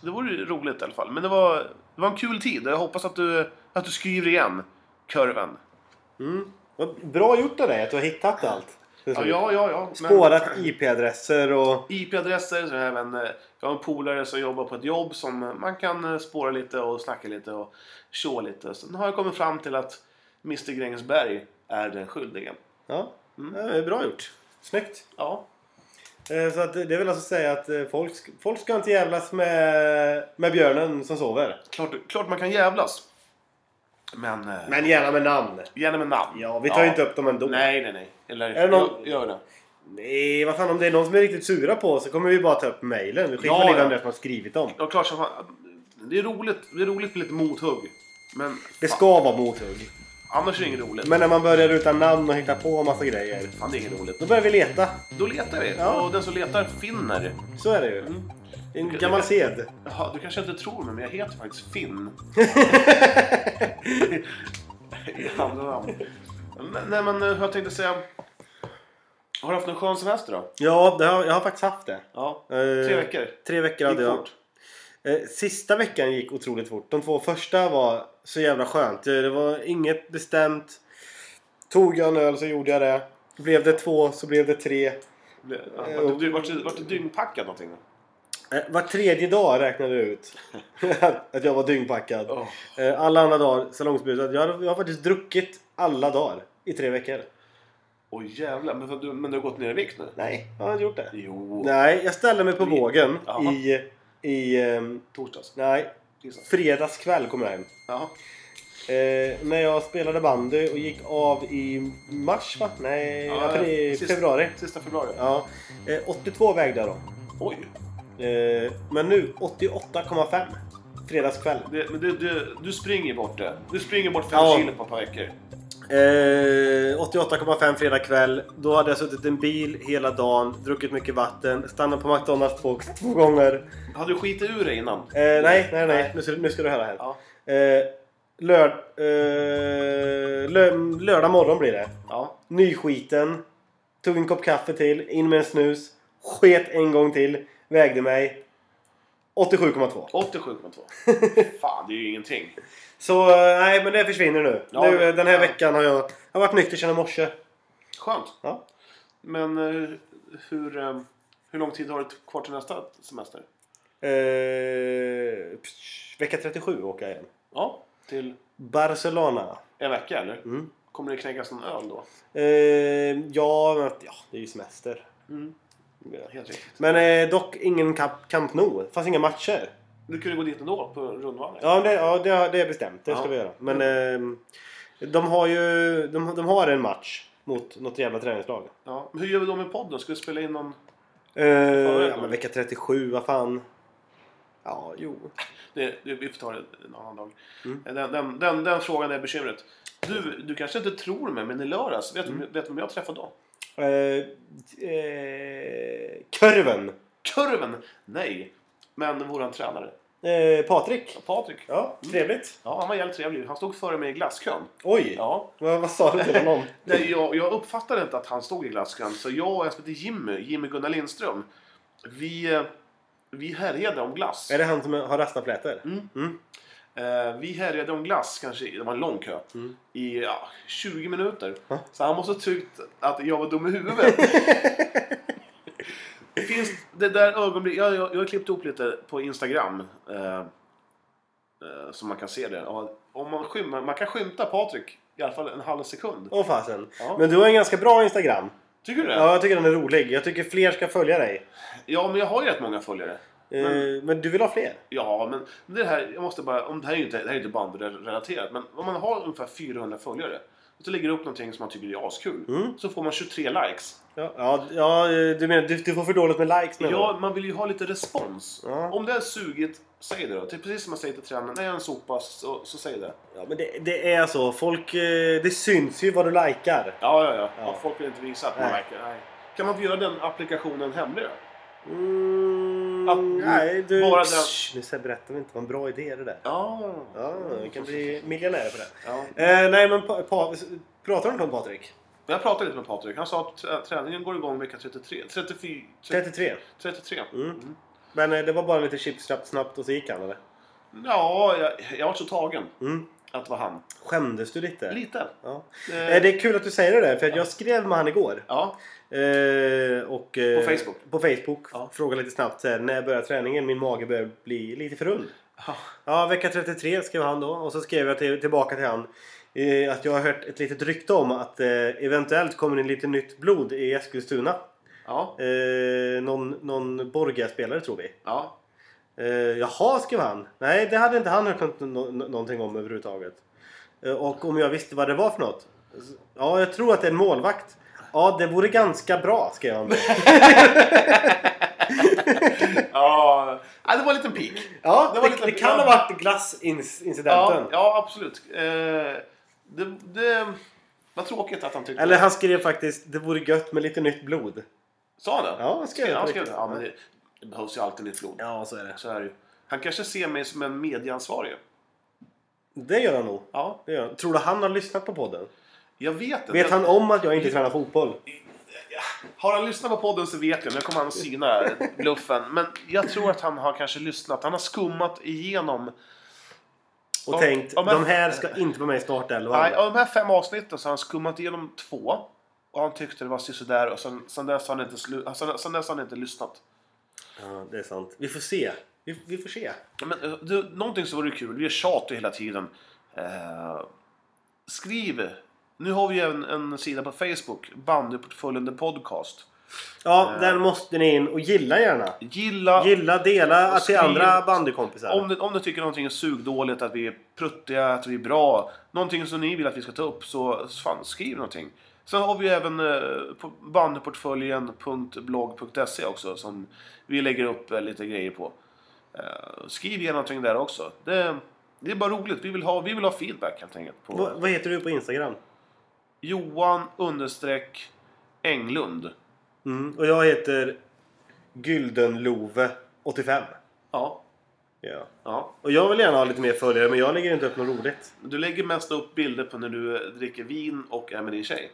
A: det vore ju roligt i alla fall. Men det var, det var en kul tid. Jag hoppas att du, att du skriver igen. Kurven.
B: Vad Bra gjort av dig att du har hittat allt.
A: Ja, ja, ja. ja. Men-
B: typ. Spårat IP-adresser och...
A: IP-adresser. Så även, eh, jag har en polare som jobbar på ett jobb som eh, man kan eh, spåra lite och snacka lite och tjå lite. Sen har jag kommit fram till att Mr Grängesberg är den skyldige.
B: Ja,
A: Mm.
B: ja, det är bra gjort. Snyggt.
A: Ja,
B: Eh, Så att det det vill alltså säga att eh, folk, sk- folk ska inte jävlas med, med björnen som sover.
A: klart, klart man kan jävlas. Men, eh,
B: Men gärna med namn.
A: gärna med namn.
B: Ja, vi tar ju inte upp dem ändå.
A: Nej, nej, nej. Eller,
B: Är det någon-
A: gör, gör det.
B: Nej, vad fan om det är någon som är riktigt sura på oss så kommer vi bara ta upp mejlen. Vi skiter
A: Ja,
B: väl i
A: ja.
B: vem det är som har skrivit dem.
A: Ja, klart som fan. Det är roligt, det är roligt med lite mothugg. Men
B: Det ska vara mothugg.
A: annars är det inget roligt.
B: Men när man börjar ruta namn och hitta på en massa grejer.
A: Fan, det är inget roligt.
B: Då börjar vi leta.
A: Då letar vi.
B: Ja.
A: Och den som letar finner.
B: Så är det ju. Det är En gammal sed.
A: Jaha, du kanske inte tror mig, men jag heter faktiskt
B: [laughs]
A: Finn. I andra namn. Men- Nej, men eh, jag tänkte säga... Har du haft en skön semester då?
B: Ja, det har, jag har faktiskt haft det.
A: Ja.
B: Eh,
A: Tre veckor?
B: Tre veckor hade
A: Gick
B: jag.
A: fort.
B: Eh, Sista veckan gick otroligt fort. De två första var så jävla skönt. Eh, Det var inget bestämt. Tog jag en öl så gjorde jag det. Blev det två så blev det tre.
A: Det- ja, Vart du, vart du, vart du dyngpackad någonting? då?
B: Eh, Var tredje dag räknade jag ut [laughs] att jag var dyngpackad.
A: Åh.
B: Eh, Alla andra dagar salongsberusad. Jag, hade- jag har faktiskt druckit alla dagar i tre veckor.
A: Åh jävlar, men, vad du, men du har gått ner i vikt nu?
B: Nej, jag har inte gjort det.
A: Jo.
B: Nej, jag ställde mig på
A: Vi-
B: vågen
A: Jaha.
B: i... i ehm,
A: Torsdags?
B: nej,
A: Tisdag?
B: fredags kväll kom jag hem.
A: Ja.
B: Eh, när jag spelade bandy och gick av i mars va? Nej,
A: Ja,
B: april,
A: sist-
B: februari.
A: Sista februari?
B: Ja. Eh, 82 vägde jag då.
A: Oj!
B: Eh, men nu 88,5. Fredagskväll.
A: Det, men du, du, du springer bort det. Du springer bort fem
B: Ja.
A: kilo på ett par veckor.
B: Eh, 88,5 fredag kväll. Då hade jag suttit i en bil hela dagen, druckit mycket vatten, stannat på McDonalds två, två gånger.
A: Hade du skitit ur dig innan?
B: Eh, nej, nej, nej. Nu ska, nu ska du höra här.
A: Ja.
B: Eh, lörd, eh, lö, lördag morgon blir det.
A: Ja.
B: Nyskiten. Tog en kopp kaffe till, in med en snus. Sket en gång till, vägde mig. 87,2. [laughs]
A: 87,2. Fan, det är ju ingenting.
B: Så eh, nej, men det försvinner nu.
A: Ja,
B: nu eh, den här
A: ja.
B: veckan har jag, jag har varit nykter sedan i morse.
A: Skönt.
B: Ja.
A: Men eh, hur, eh, hur lång tid har du kvar till nästa semester?
B: Eh, psh, vecka 37 åker jag igen.
A: Ja, till
B: Barcelona.
A: en vecka eller?
B: Mm.
A: Kommer det knäckas någon öl då?
B: Eh, ja, men, att- ja, det är ju semester.
A: Mm. Helt riktigt.
B: Men eh, dock ingen Camp, camp Nou. Fast inga matcher.
A: Du kunde gå dit ändå på rundvandring?
B: Ja, det, ja, det, har- det är bestämt. Det
A: Ja.
B: ska vi göra. Men eh, de har ju de, de har en match mot något jävla träningslag.
A: Ja. Men hur gör vi då med podden? Ska vi spela in någon...
B: Eh,
A: det är
B: ja,
A: bra.
B: men vecka 37, vad fan. Ja, jo.
A: Det, det, vi får ta det en annan dag.
B: Mm.
A: Eh, Den, den, den, den frågan är bekymret. Du, du kanske inte tror mig, men i lördags, vet du
B: Mm.
A: vet du vem jag träffade då?
B: Eh, eh, kurven.
A: Kurven? Nej. Men våran tränare.
B: Eh, Patrik.
A: Patrik.
B: Ja, trevligt.
A: Ja, han var jävligt trevlig. Han stod före mig i glasskön.
B: Oj!
A: Ja.
B: Vad, vad
A: [laughs]
B: sa du till honom?
A: Nej, jag, jag uppfattade inte att han stod i glasskön. Så jag och en som heter Jimmy, Jimmy Gunnar Lindström, vi, eh, vi härjade om glass.
B: Är det han som har rastaflätor?
A: Eh, vi härjade om glass, kanske, det var en lång kö,
B: Mm.
A: i ja, 20 minuter. Så han måste ha tyckt att jag var dum i
B: [laughs]
A: huvudet. Finns det där ögonblicket, jag, jag, jag har klippt ihop lite på Instagram. Eh, eh, så man kan se det. Ja, Om man, skym, man kan skymta Patrik i alla fall en halv sekund.
B: Åh fasen.
A: Ja.
B: Men du har en ganska bra Instagram.
A: Tycker du det?
B: Ja,
A: Ja,
B: jag tycker den är rolig. Jag tycker fler ska följa dig.
A: men jag har ju rätt många följare.
B: Eh, Men du vill ha fler?
A: Ja, men det här, jag måste bara, om det här är ju inte, det här är inte bandrelaterat, men om man har ungefär 400 följare och så lägger upp någonting som man tycker är askul,
B: Mm.
A: så får man 23 likes.
B: Ja, ja, ja eh, du menar du, du får för dåligt med likes menar
A: Ja, man vill ju ha lite respons.
B: Ja.
A: Om det är sugigt, säg det då. Det är precis som man säger till tränaren, är jag en sopa så, så säg det.
B: du? ja men det, det är så. Folk, eh, det syns ju vad du likar.
A: Ja, ja, ja. ja.
B: Ja.
A: folk vill inte visa att man
B: Nej.
A: märker. Nej. Kan man få göra den applikationen hemlig då?
B: Mm,
A: Att-
B: nej, du...
A: bara den-
B: Psh, nu så berättar vi inte vad en bra idé är det där.
A: Ja.
B: Ja, vi kan bli miljonärer på det.
A: ja.
B: Eh, nej, men pa, pa, pratar du inte om Patrik?
A: Jag pratade lite med Patrik. Han sa att trä- träningen går igång vecka 33. 34.
B: 33.
A: 33. Mm.
B: Men eh, det var bara lite chips snabbt, snabbt och så gick han eller?
A: Ja, jag, jag var så tagen
B: Mm.
A: att det var han.
B: Skämdes du lite?
A: Lite.
B: Ja.
A: Eh,
B: Eh, det är kul att du säger det där, för att jag skrev med han igår.
A: Ja.
B: Eh, och, eh,
A: På Facebook?
B: På Facebook.
A: Ja.
B: Frågade lite snabbt så här, när börjar träningen? Min mage börjar bli lite för rund.
A: Ja.
B: Ja, vecka 33 skrev han då. Och så skrev jag till, tillbaka till han eh, att jag har hört ett litet rykte om att eh, eventuellt kommer det lite nytt blod i Eskilstuna.
A: Ja.
B: Eh, någon någon Borga-spelare tror vi.
A: ja.
B: Eh, jaha, skrev han. Nej, det hade inte han hört nå- nå- någonting om överhuvudtaget. Eh, och om jag visste vad det var för något. Så- Ja, jag tror att det är en målvakt. Ja, det vore ganska bra, skrev han.
A: Ja. ja. Det var en liten peak.
B: Ja,
A: Det
B: det,
A: var
B: det,
A: lite-
B: kan ha varit glassincidenten.
A: Ja, ja absolut. Eh, det, det var tråkigt att han tyckte
B: Eller han skrev faktiskt det vore gött med lite nytt blod.
A: Sa han det?
B: Ja, han skrev det på
A: han skrev det.
B: riktigt.
A: Ja, men det, det behövs ju alltid nytt blod.
B: Ja, så är det.
A: Så är det ju. Han kanske ser mig som en medieansvarig.
B: Det gör han nog.
A: Ja.
B: Det gör han. Tror du han har lyssnat på podden?
A: Jag vet inte.
B: Vet han om att jag inte tränar fotboll?
A: Har han lyssnat på podden så vet jag. Nu kommer han att syna bluffen. Men jag tror att han har kanske lyssnat. Han har skummat igenom.
B: Och
A: Om-
B: tänkt
A: om jag-
B: de här ska inte vara med i startelvan.
A: Nej, av de här fem avsnitten så har han skummat igenom två. Och han tyckte det var sådär och sen, sen, dess har han inte slu- sen, sen dess har han inte lyssnat.
B: Ja, det är sant. Vi får se. Vi, vi får se.
A: Ja, Men, eh, du, någonting som vore kul, vi tjatar ju hela tiden. Eh, skriv! Nu har vi ju en, en sida på Facebook, Bandyportföljen The Podcast.
B: Ja, den måste ni in och gilla gärna.
A: Gilla,
B: Gilla, dela
A: Och
B: till
A: skriv-
B: andra bandykompisar.
A: om, ni, om ni tycker någonting är sugdåligt, att vi är pruttiga, att vi är bra. Någonting som ni vill att vi ska ta upp, så så fan, skriv någonting. Sen har vi ju även eh, på bandyportföljen.blogg.se också som vi lägger upp eh, lite grejer på. Eh, skriv gärna någonting där också. Det, det är bara roligt. Vi vill ha, vi vill ha feedback helt enkelt. På,
B: Va- vad heter du på Instagram?
A: Johan understreck Englund.
B: Mm. Och jag heter Gyldenlove85.
A: Ja.
B: Ja.
A: ja.
B: Och jag vill gärna ha lite mer följare men jag lägger inte upp något roligt.
A: Du lägger mest upp bilder på när du eh, dricker vin och är med din tjej.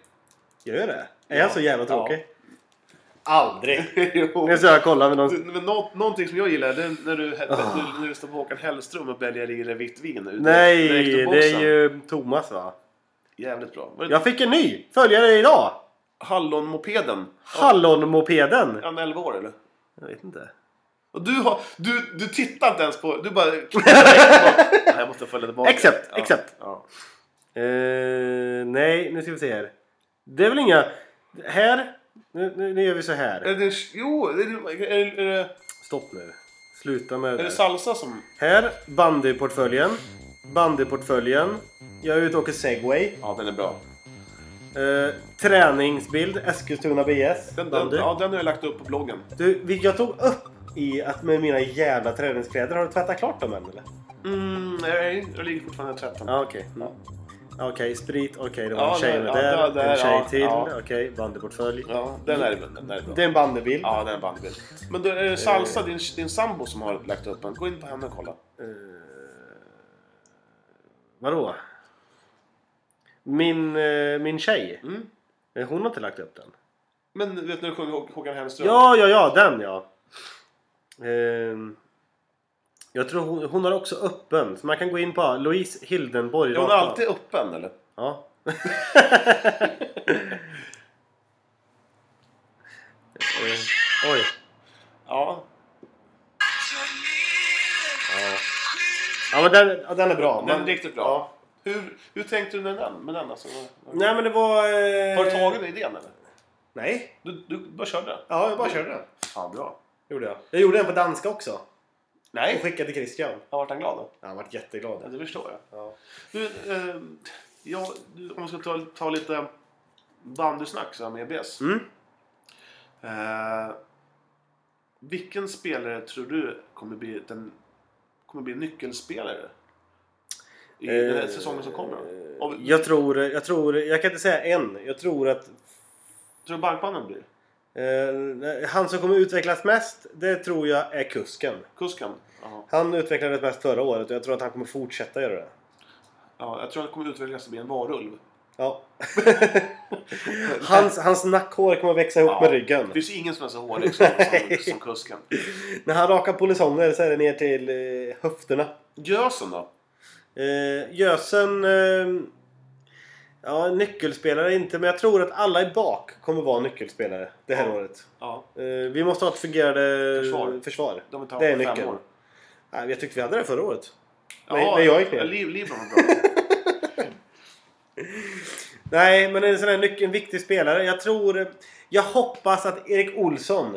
B: Jag gör det? Är jag så jävla tråkig? Aldrig!
A: [laughs] jo.
B: [laughs] Nu ska jag kolla med någon...
A: Men nå- någonting som jag gillar det är när du, när du står på Håkan Hellström och bälgar i dig vitt vin. ute-
B: Ah. Nej,
A: direkt ur
B: det
A: boxen.
B: är ju Thomas va?
A: Jävligt bra. Var det
B: Jag fick en ny följare idag!
A: Hallonmopeden.
B: Hallonmopeden!
A: Är han 11 år eller?
B: Jag vet inte.
A: Och du, har, du, du tittar inte ens på... Du
B: [laughs]
A: bara... Nej, jag måste följa tillbaka.
B: Accept,
A: ja.
B: accept.
A: Ja.
B: Eh, nej, nu ska vi se här. Det är väl inga... Här! Nu, nu, nu gör vi så här.
A: Är det, jo, är det, är, det, är, det,
B: Stopp nu. Sluta med
A: är
B: det
A: det
B: där.
A: salsa som...
B: Här, bandyportföljen. Bandyportföljen. Jag är ute och åker segway.
A: Ja, den är bra.
B: Eh, träningsbild, Eskilstuna BS.
A: Den, den,
B: bandy.
A: ja, den har jag lagt upp på bloggen.
B: Du, vi- jag tog upp i att med mina jävla träningskläder. Har du tvättat klart dem än eller?
A: Mm, nej, jag ligger fortfarande i 13.
B: Ja, okej. Ja. Okej, sprit. Okej, det var
A: Ja,
B: en tjej
A: där,
B: med
A: ja,
B: där.
A: där, där,
B: en tjej
A: ja,
B: till.
A: ja.
B: Okej, bandyportfölj.
A: Ja, den är, den där är bra.
B: Det är en bandybild.
A: Ja, den är bandybild. Men du, eh, Salsa, din, din sambo som har lagt upp den. Gå in på henne och kolla.
B: Vadå? Min, eh, min tjej?
A: Mm.
B: Eh, Hon har inte lagt upp den.
A: Men vet du när du sjunger Hå- Håkan Hellström?
B: Ja, ja, ja, den ja. Ehm, jag tror hon, hon har också öppen. Så man kan gå in på Louise Hildenborg.
A: Är hon
B: rakt av.
A: alltid öppen eller? [laughs]
B: Ja. Eh, Oj.
A: Ja.
B: Ja, men den, ja, den är bra.
A: Den är
B: Man-
A: riktigt bra.
B: Ja.
A: Hur, hur tänkte du med den? Med den alltså?
B: Nej, men det var... Eh...
A: Har du tagit den idén eller?
B: Nej.
A: Du, du bara körde?
B: Ja, jag bara körde den.
A: Fan bra.
B: Gjorde jag. jag gjorde den på danska också. Och
A: Nej.
B: skickade till Christian.
A: Har varit han glad då?
B: Han vart
A: Ja,
B: jätteglad.
A: det förstår jag.
B: Ja.
A: Du, eh, ja, du, om vi ska ta, ta lite bandysnack så här med EBS.
B: Mm.
A: Eh, vilken spelare tror du kommer bli, den, kommer bli nyckelspelare? I den här
B: Eh,
A: säsongen som kommer? då? Av,
B: Jag tror, jag tror, jag kan inte säga en. Jag tror att
A: Tror du bankmannen blir?
B: eh, han som kommer utvecklas mest, det tror jag är kusken.
A: Kuskan? Ja.
B: Han utvecklades mest förra året och jag tror att han kommer fortsätta göra det.
A: ja. Jag tror han kommer utvecklas till att bli en varulv.
B: [laughs] Ja. hans, hans nackhår kommer att växa ihop
A: Ja.
B: med
A: Det
B: ryggen.
A: finns ingen som är så hårig som, som, som kuskan.
B: När han rakar polisonger så är det ner till eh, höfterna.
A: Gösen då?
B: Eh, Gösen... Eh, ja, nyckelspelare inte, men jag tror att alla i bak kommer vara nyckelspelare det här
A: Ja.
B: året.
A: Ja,
B: Eh, vi måste ha ett fungerande
A: Försvar.
B: försvar.
A: de vill ta
B: Det är
A: fem
B: nyckeln.
A: år.
B: Nej, jag tyckte vi hade det förra året.
A: Ja,
B: Nej, nej, jag gick ner.
A: Lib- Libron var bra.
B: Nej, men en sån här nyc- en viktig spelare. Jag tror... Jag hoppas att Erik Olsson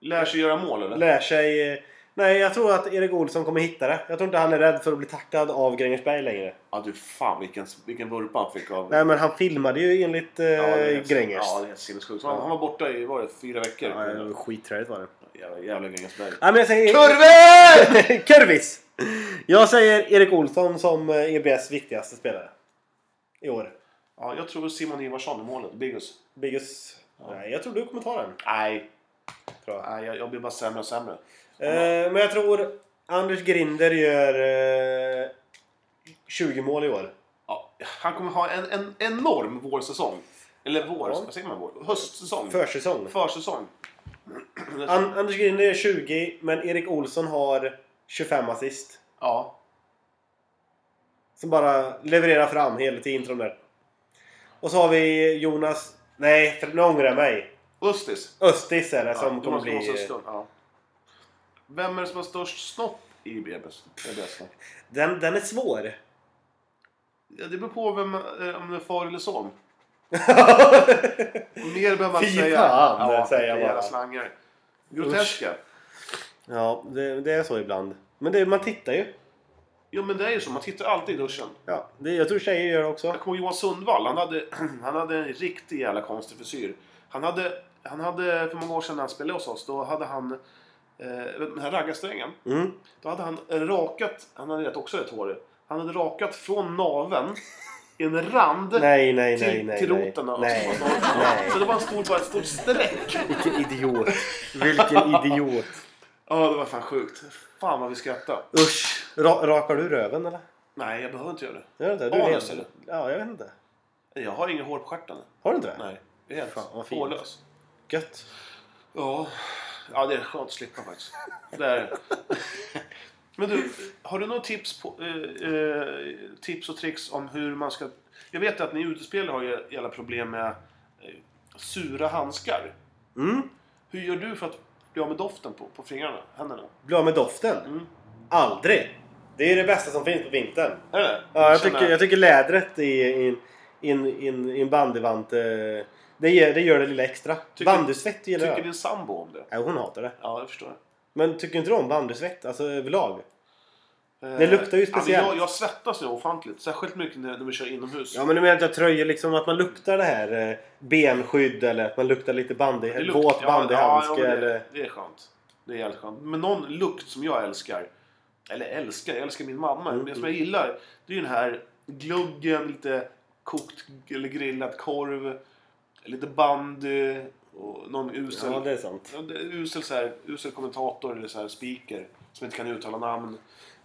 A: Lär sig göra mål eller?
B: lär sig... eh, Nej, jag tror att Erik Olsson kommer hitta det. Jag tror inte han är rädd för att bli tacklad av Grängesberg längre.
A: Ja du fan vilken, vilken vurpa han fick av...
B: Nej, men han filmade ju enligt eh,
A: Ja, det är helt-
B: Gränges.
A: Ja, det är helt sinnessjukt. Han, han var borta i vad var det, fyra veckor.
B: Ja, det var skitträligt var det.
A: jävla, jävla Grängesberg.
B: Nej, men jag säger...
A: Kurve!
B: [laughs] Kurvis! Jag säger Erik Olsson som eh, EBS viktigaste spelare. I år.
A: Ja, jag tror Simon Ivarsson i målet. Biggus.
B: Biggus. Nej, jag tror du kommer ta den.
A: Nej.
B: Tror jag.
A: Nej, jag, jag blir bara sämre och sämre.
B: Eh, men jag tror Anders Grinder gör eh, 20 mål i år.
A: Ja, han kommer ha en, en enorm vårsäsong. Eller vår,
B: Ja.
A: vad säger man? Vår? Höstsäsong.
B: Försäsong.
A: Försäsong.
B: [clears throat] An- Anders Grinder gör 20, men Erik Olsson har 25 assist.
A: ja.
B: Som bara levererar fram hela tiden till de där. Och så har vi Jonas... Nej, för nu ångrar jag mig.
A: Östis.
B: Östis är det
A: Ja,
B: som kommer
A: Jonas
B: bli...
A: Månsson Östlund, Ja. Vem är det som har störst snopp i BBS? Det är bäst, va?
B: Den, den
A: [laughs]
B: är svår.
A: Ja, det beror på vem, eh, om det är far eller son. Och Mer behöver man
B: Fy
A: inte säga.
B: fan,
A: ja,
B: säger jag
A: vilka
B: bara.
A: jävla slanger. Groteska.
B: ja, det, det är så ibland. Men det, man tittar ju.
A: Jo men det är ju så, man tittar alltid i duschen.
B: Ja, det, jag tror tjejer gör det också.
A: Jag kommer ihåg Johan Sundvall, han hade, [clears throat] han hade en riktig jävla konstig frisyr. Han hade, han hade, för många år sedan när han spelade hos oss, då hade han eh, den här raggarsträngen.
B: Mm.
A: Då hade han rakat, han hade rätt också rätt hår. Han hade rakat från naveln i en rand
B: Nej, nej,
A: till,
B: nej, nej.
A: till
B: nej.
A: roten. av-
B: Nej,
A: som var snar.
B: nej.
A: Så det var en stor, bara ett stort streck.
B: Vilken idiot. Vilken idiot.
A: Ja, det var fan sjukt. Fan vad vi skrattade.
B: Usch. Ra- rakar du röven eller?
A: Nej, jag behöver inte göra det.
B: Gör du inte? Du är
A: Anus,
B: helt-
A: eller?
B: Ja, jag vet inte.
A: Jag har inget hår på stjärten.
B: Har du inte det?
A: Nej, det är helt
B: Fan, vad fint.
A: hårlös.
B: Gött.
A: Ja. ja, det är skönt att slippa faktiskt.
B: [laughs]
A: Där. Men du, har du några tips, på, eh, eh, tips och tricks om hur man ska... Jag vet att ni utespelare har ju jävla problem med eh, sura handskar.
B: Mm.
A: Hur gör du för att bli av med doften på, på fingrarna, händerna?
B: Bli av med doften.
A: Mm.
B: Aldrig. Det är det bästa som finns på vintern.
A: Är det?
B: Ja, jag
A: Känner-
B: tycker, jag tycker lädret i, i, i, en- i, en- i en bandyvant, eh, det, ger- det gör det lilla extra.
A: Tycker-
B: bandysvett gillar
A: Tycker
B: jag.
A: din sambo om det?
B: Nej, hon hatar det.
A: Ja, jag förstår.
B: Men tycker inte du om bandysvett? Alltså överlag?
A: Eh,
B: Det luktar ju
A: ja, men
B: speciellt.
A: Jag, jag svettas nu ofantligt. Särskilt mycket när, när vi kör inomhus.
B: Ja men du menar inte att tröjor liksom att man luktar det här eh, benskydd eller att man luktar lite bandy,
A: Det
B: våt
A: ja,
B: bandyhandske
A: ja, men det,
B: eller...
A: Det är skönt. Det är jävligt skönt. Men någon lukt som jag älskar. Eller älskar, jag älskar min mamma. Men som jag
B: Mm.
A: gillar. Det är ju den här gluggen, lite kokt eller grillad korv. Lite bandy. Och någon usel,
B: Ja, det är sant.
A: Ja, det är usel, så här, usel kommentator eller så här speaker. Som inte kan uttala namn.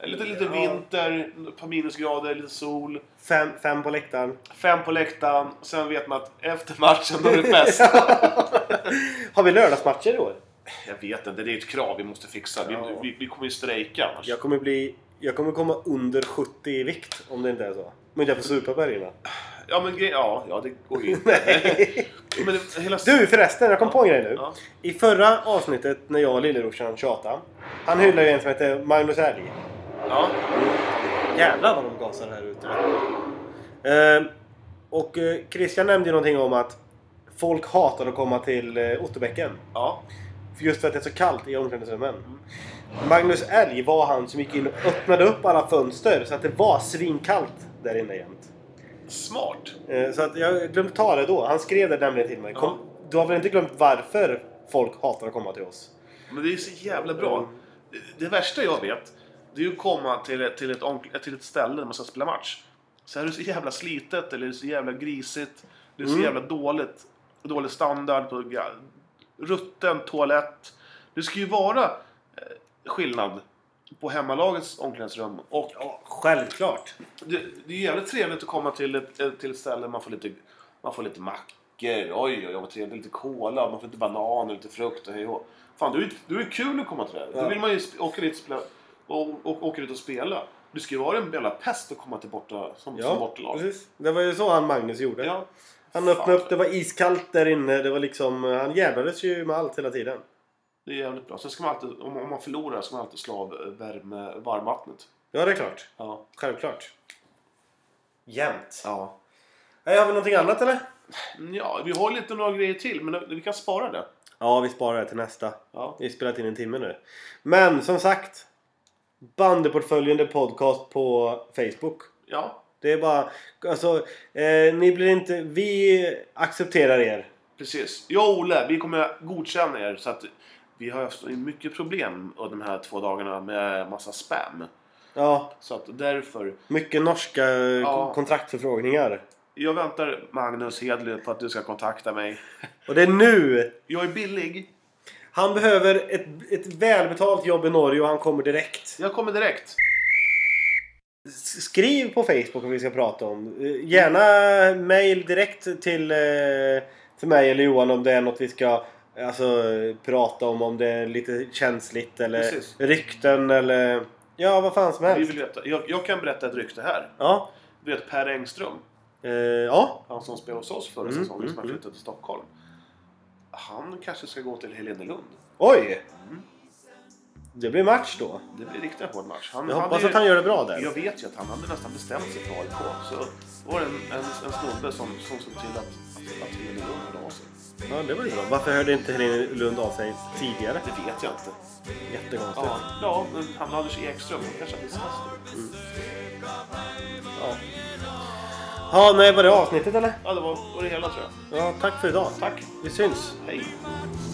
A: Lite, lite
B: Ja.
A: vinter, ett par minusgrader, lite sol.
B: Fem, fem på läktaren.
A: Fem på läktaren. Sen vet man att efter matchen då är det
B: [laughs]
A: fest.
B: Har vi lördagsmatcher i år?
A: Jag vet inte, det är ett krav vi måste fixa.
B: Ja.
A: Vi, vi, vi kommer ju strejka annars.
B: Jag kommer bli... Jag kommer komma under 70 i vikt om det inte är så. Men jag får supa på [laughs] helgerna.
A: Ja, men gre- ja, ja, det går ju
B: [laughs]
A: inte. men det- hela...
B: Du förresten, jag kom på en grej nu.
A: Ja.
B: I förra avsnittet när jag och lillebrorsan tjatade. Han hyllade ju en som heter Magnus Älg.
A: Ja.
B: Jävlar vad de gasar här ute. Eh, och eh, Christian nämnde ju någonting om att folk hatar att komma till eh, Otterbäcken.
A: ja.
B: För just för att det är så kallt i omklädningsrummen. Magnus Älg var han som gick in och öppnade upp alla fönster så att det var svinkallt där inne jämt.
A: Smart.
B: Eh, Så att jag glömde ta det då. Han skrev det nämligen till mig. Kom, Du har väl inte glömt varför folk hatar att komma till oss?
A: Men det är så jävla bra. Det- Det värsta jag vet, det är ju att komma till, ett- till, ett, omk- till ett ställe där man ska spela match. Så här är det så jävla slitet, eller det är så jävla grisigt. Det är så jävla dåligt. Dålig standard på ga- rutten toalett. Det ska ju vara eh, skillnad på hemmalagets omklädningsrum och
B: Självklart.
A: det, det är jävligt trevligt att komma till ett, ett- till ett ställe man får lite, man får lite mackor, oj oj oj vad trevligt, lite cola, man får lite bananer, lite frukt och hej och hå. Fan, du är, du är kul att komma till det här. Då
B: Ja.
A: vill man ju sp- åka dit och, spela, och, och, åka dit och spela. Det ska ju vara en jävla pest att komma till borta, som, som
B: Ja,
A: bortalag.
B: precis. Det var ju så han Magnus gjorde.
A: Ja.
B: Han öppnade
A: Fan.
B: upp, det var iskallt där inne. Det var liksom, han jävlades ju med allt hela tiden.
A: Det är jävligt bra. Sen ska man alltid, om, om man förlorar ska man alltid slå av eh, värme, varmvattnet.
B: Ja, det är klart.
A: Ja.
B: Självklart. Jämt.
A: Ja. Mm,
B: Nej, har vi någonting annat eller?
A: ja, vi har lite några grejer till, men vi kan spara det.
B: Ja, vi sparar det till nästa.
A: Ja.
B: Vi har spelat in en timme nu. Men som sagt. Bandyportföljen The Podcast på Facebook.
A: ja,
B: Det är bara... Alltså, eh, ni blir inte... Vi accepterar er.
A: Precis. Jag och Olle, vi kommer godkänna er. Så att vi har haft mycket problem under de här två dagarna med massa spam.
B: Ja,
A: Så att därför.
B: mycket norska
A: Ja.
B: ja. kontraktförfrågningar.
A: Jag väntar Magnus Hedlund på att du ska kontakta mig.
B: Och det är nu!
A: Jag är billig.
B: Han behöver ett, ett välbetalt jobb i Norge och han kommer direkt.
A: Jag kommer direkt.
B: Skriv på Facebook vad vi ska prata om. Eh, Gärna mail direkt till, eh, till mig eller Johan om det är något vi ska eh, alltså, eh, prata om. Om det är lite känsligt eller
A: Precis.
B: rykten eller... Ja, vad fan som
A: Vi
B: helst.
A: vill veta. Jag, jag kan berätta ett rykte här.
B: Ja.
A: Du vet Per Engström,
B: Eh, ja.
A: han som spelade hos oss förra
B: Mm,
A: säsongen som har
B: mm,
A: flyttat till Stockholm. Han kanske ska gå till Helenelund.
B: Oj!
A: Mm.
B: Det blir match då.
A: Det blir riktigt en hård match. Han,
B: Jag
A: Mm. han
B: hoppas
A: är-
B: att han gör det bra där.
A: Jag vet ju att han hade nästan bestämt sig för AIK. Så var det en, en, en snubbe som, som såg till att, att Helenelund hörde av sig.
B: Ja, det blir bra. Varför hörde inte Helene Lund av sig tidigare?
A: Det vet jag inte.
B: Jättekonstigt.
A: Ja, ja men han Anders Ekström han kanske hade missat det.
B: Ja. Ja, nej, var det avsnittet eller?
A: Ja, det var, var det hela tror jag.
B: Ja, tack för idag.
A: Tack.
B: Vi syns.
A: Hej.
C: Hej!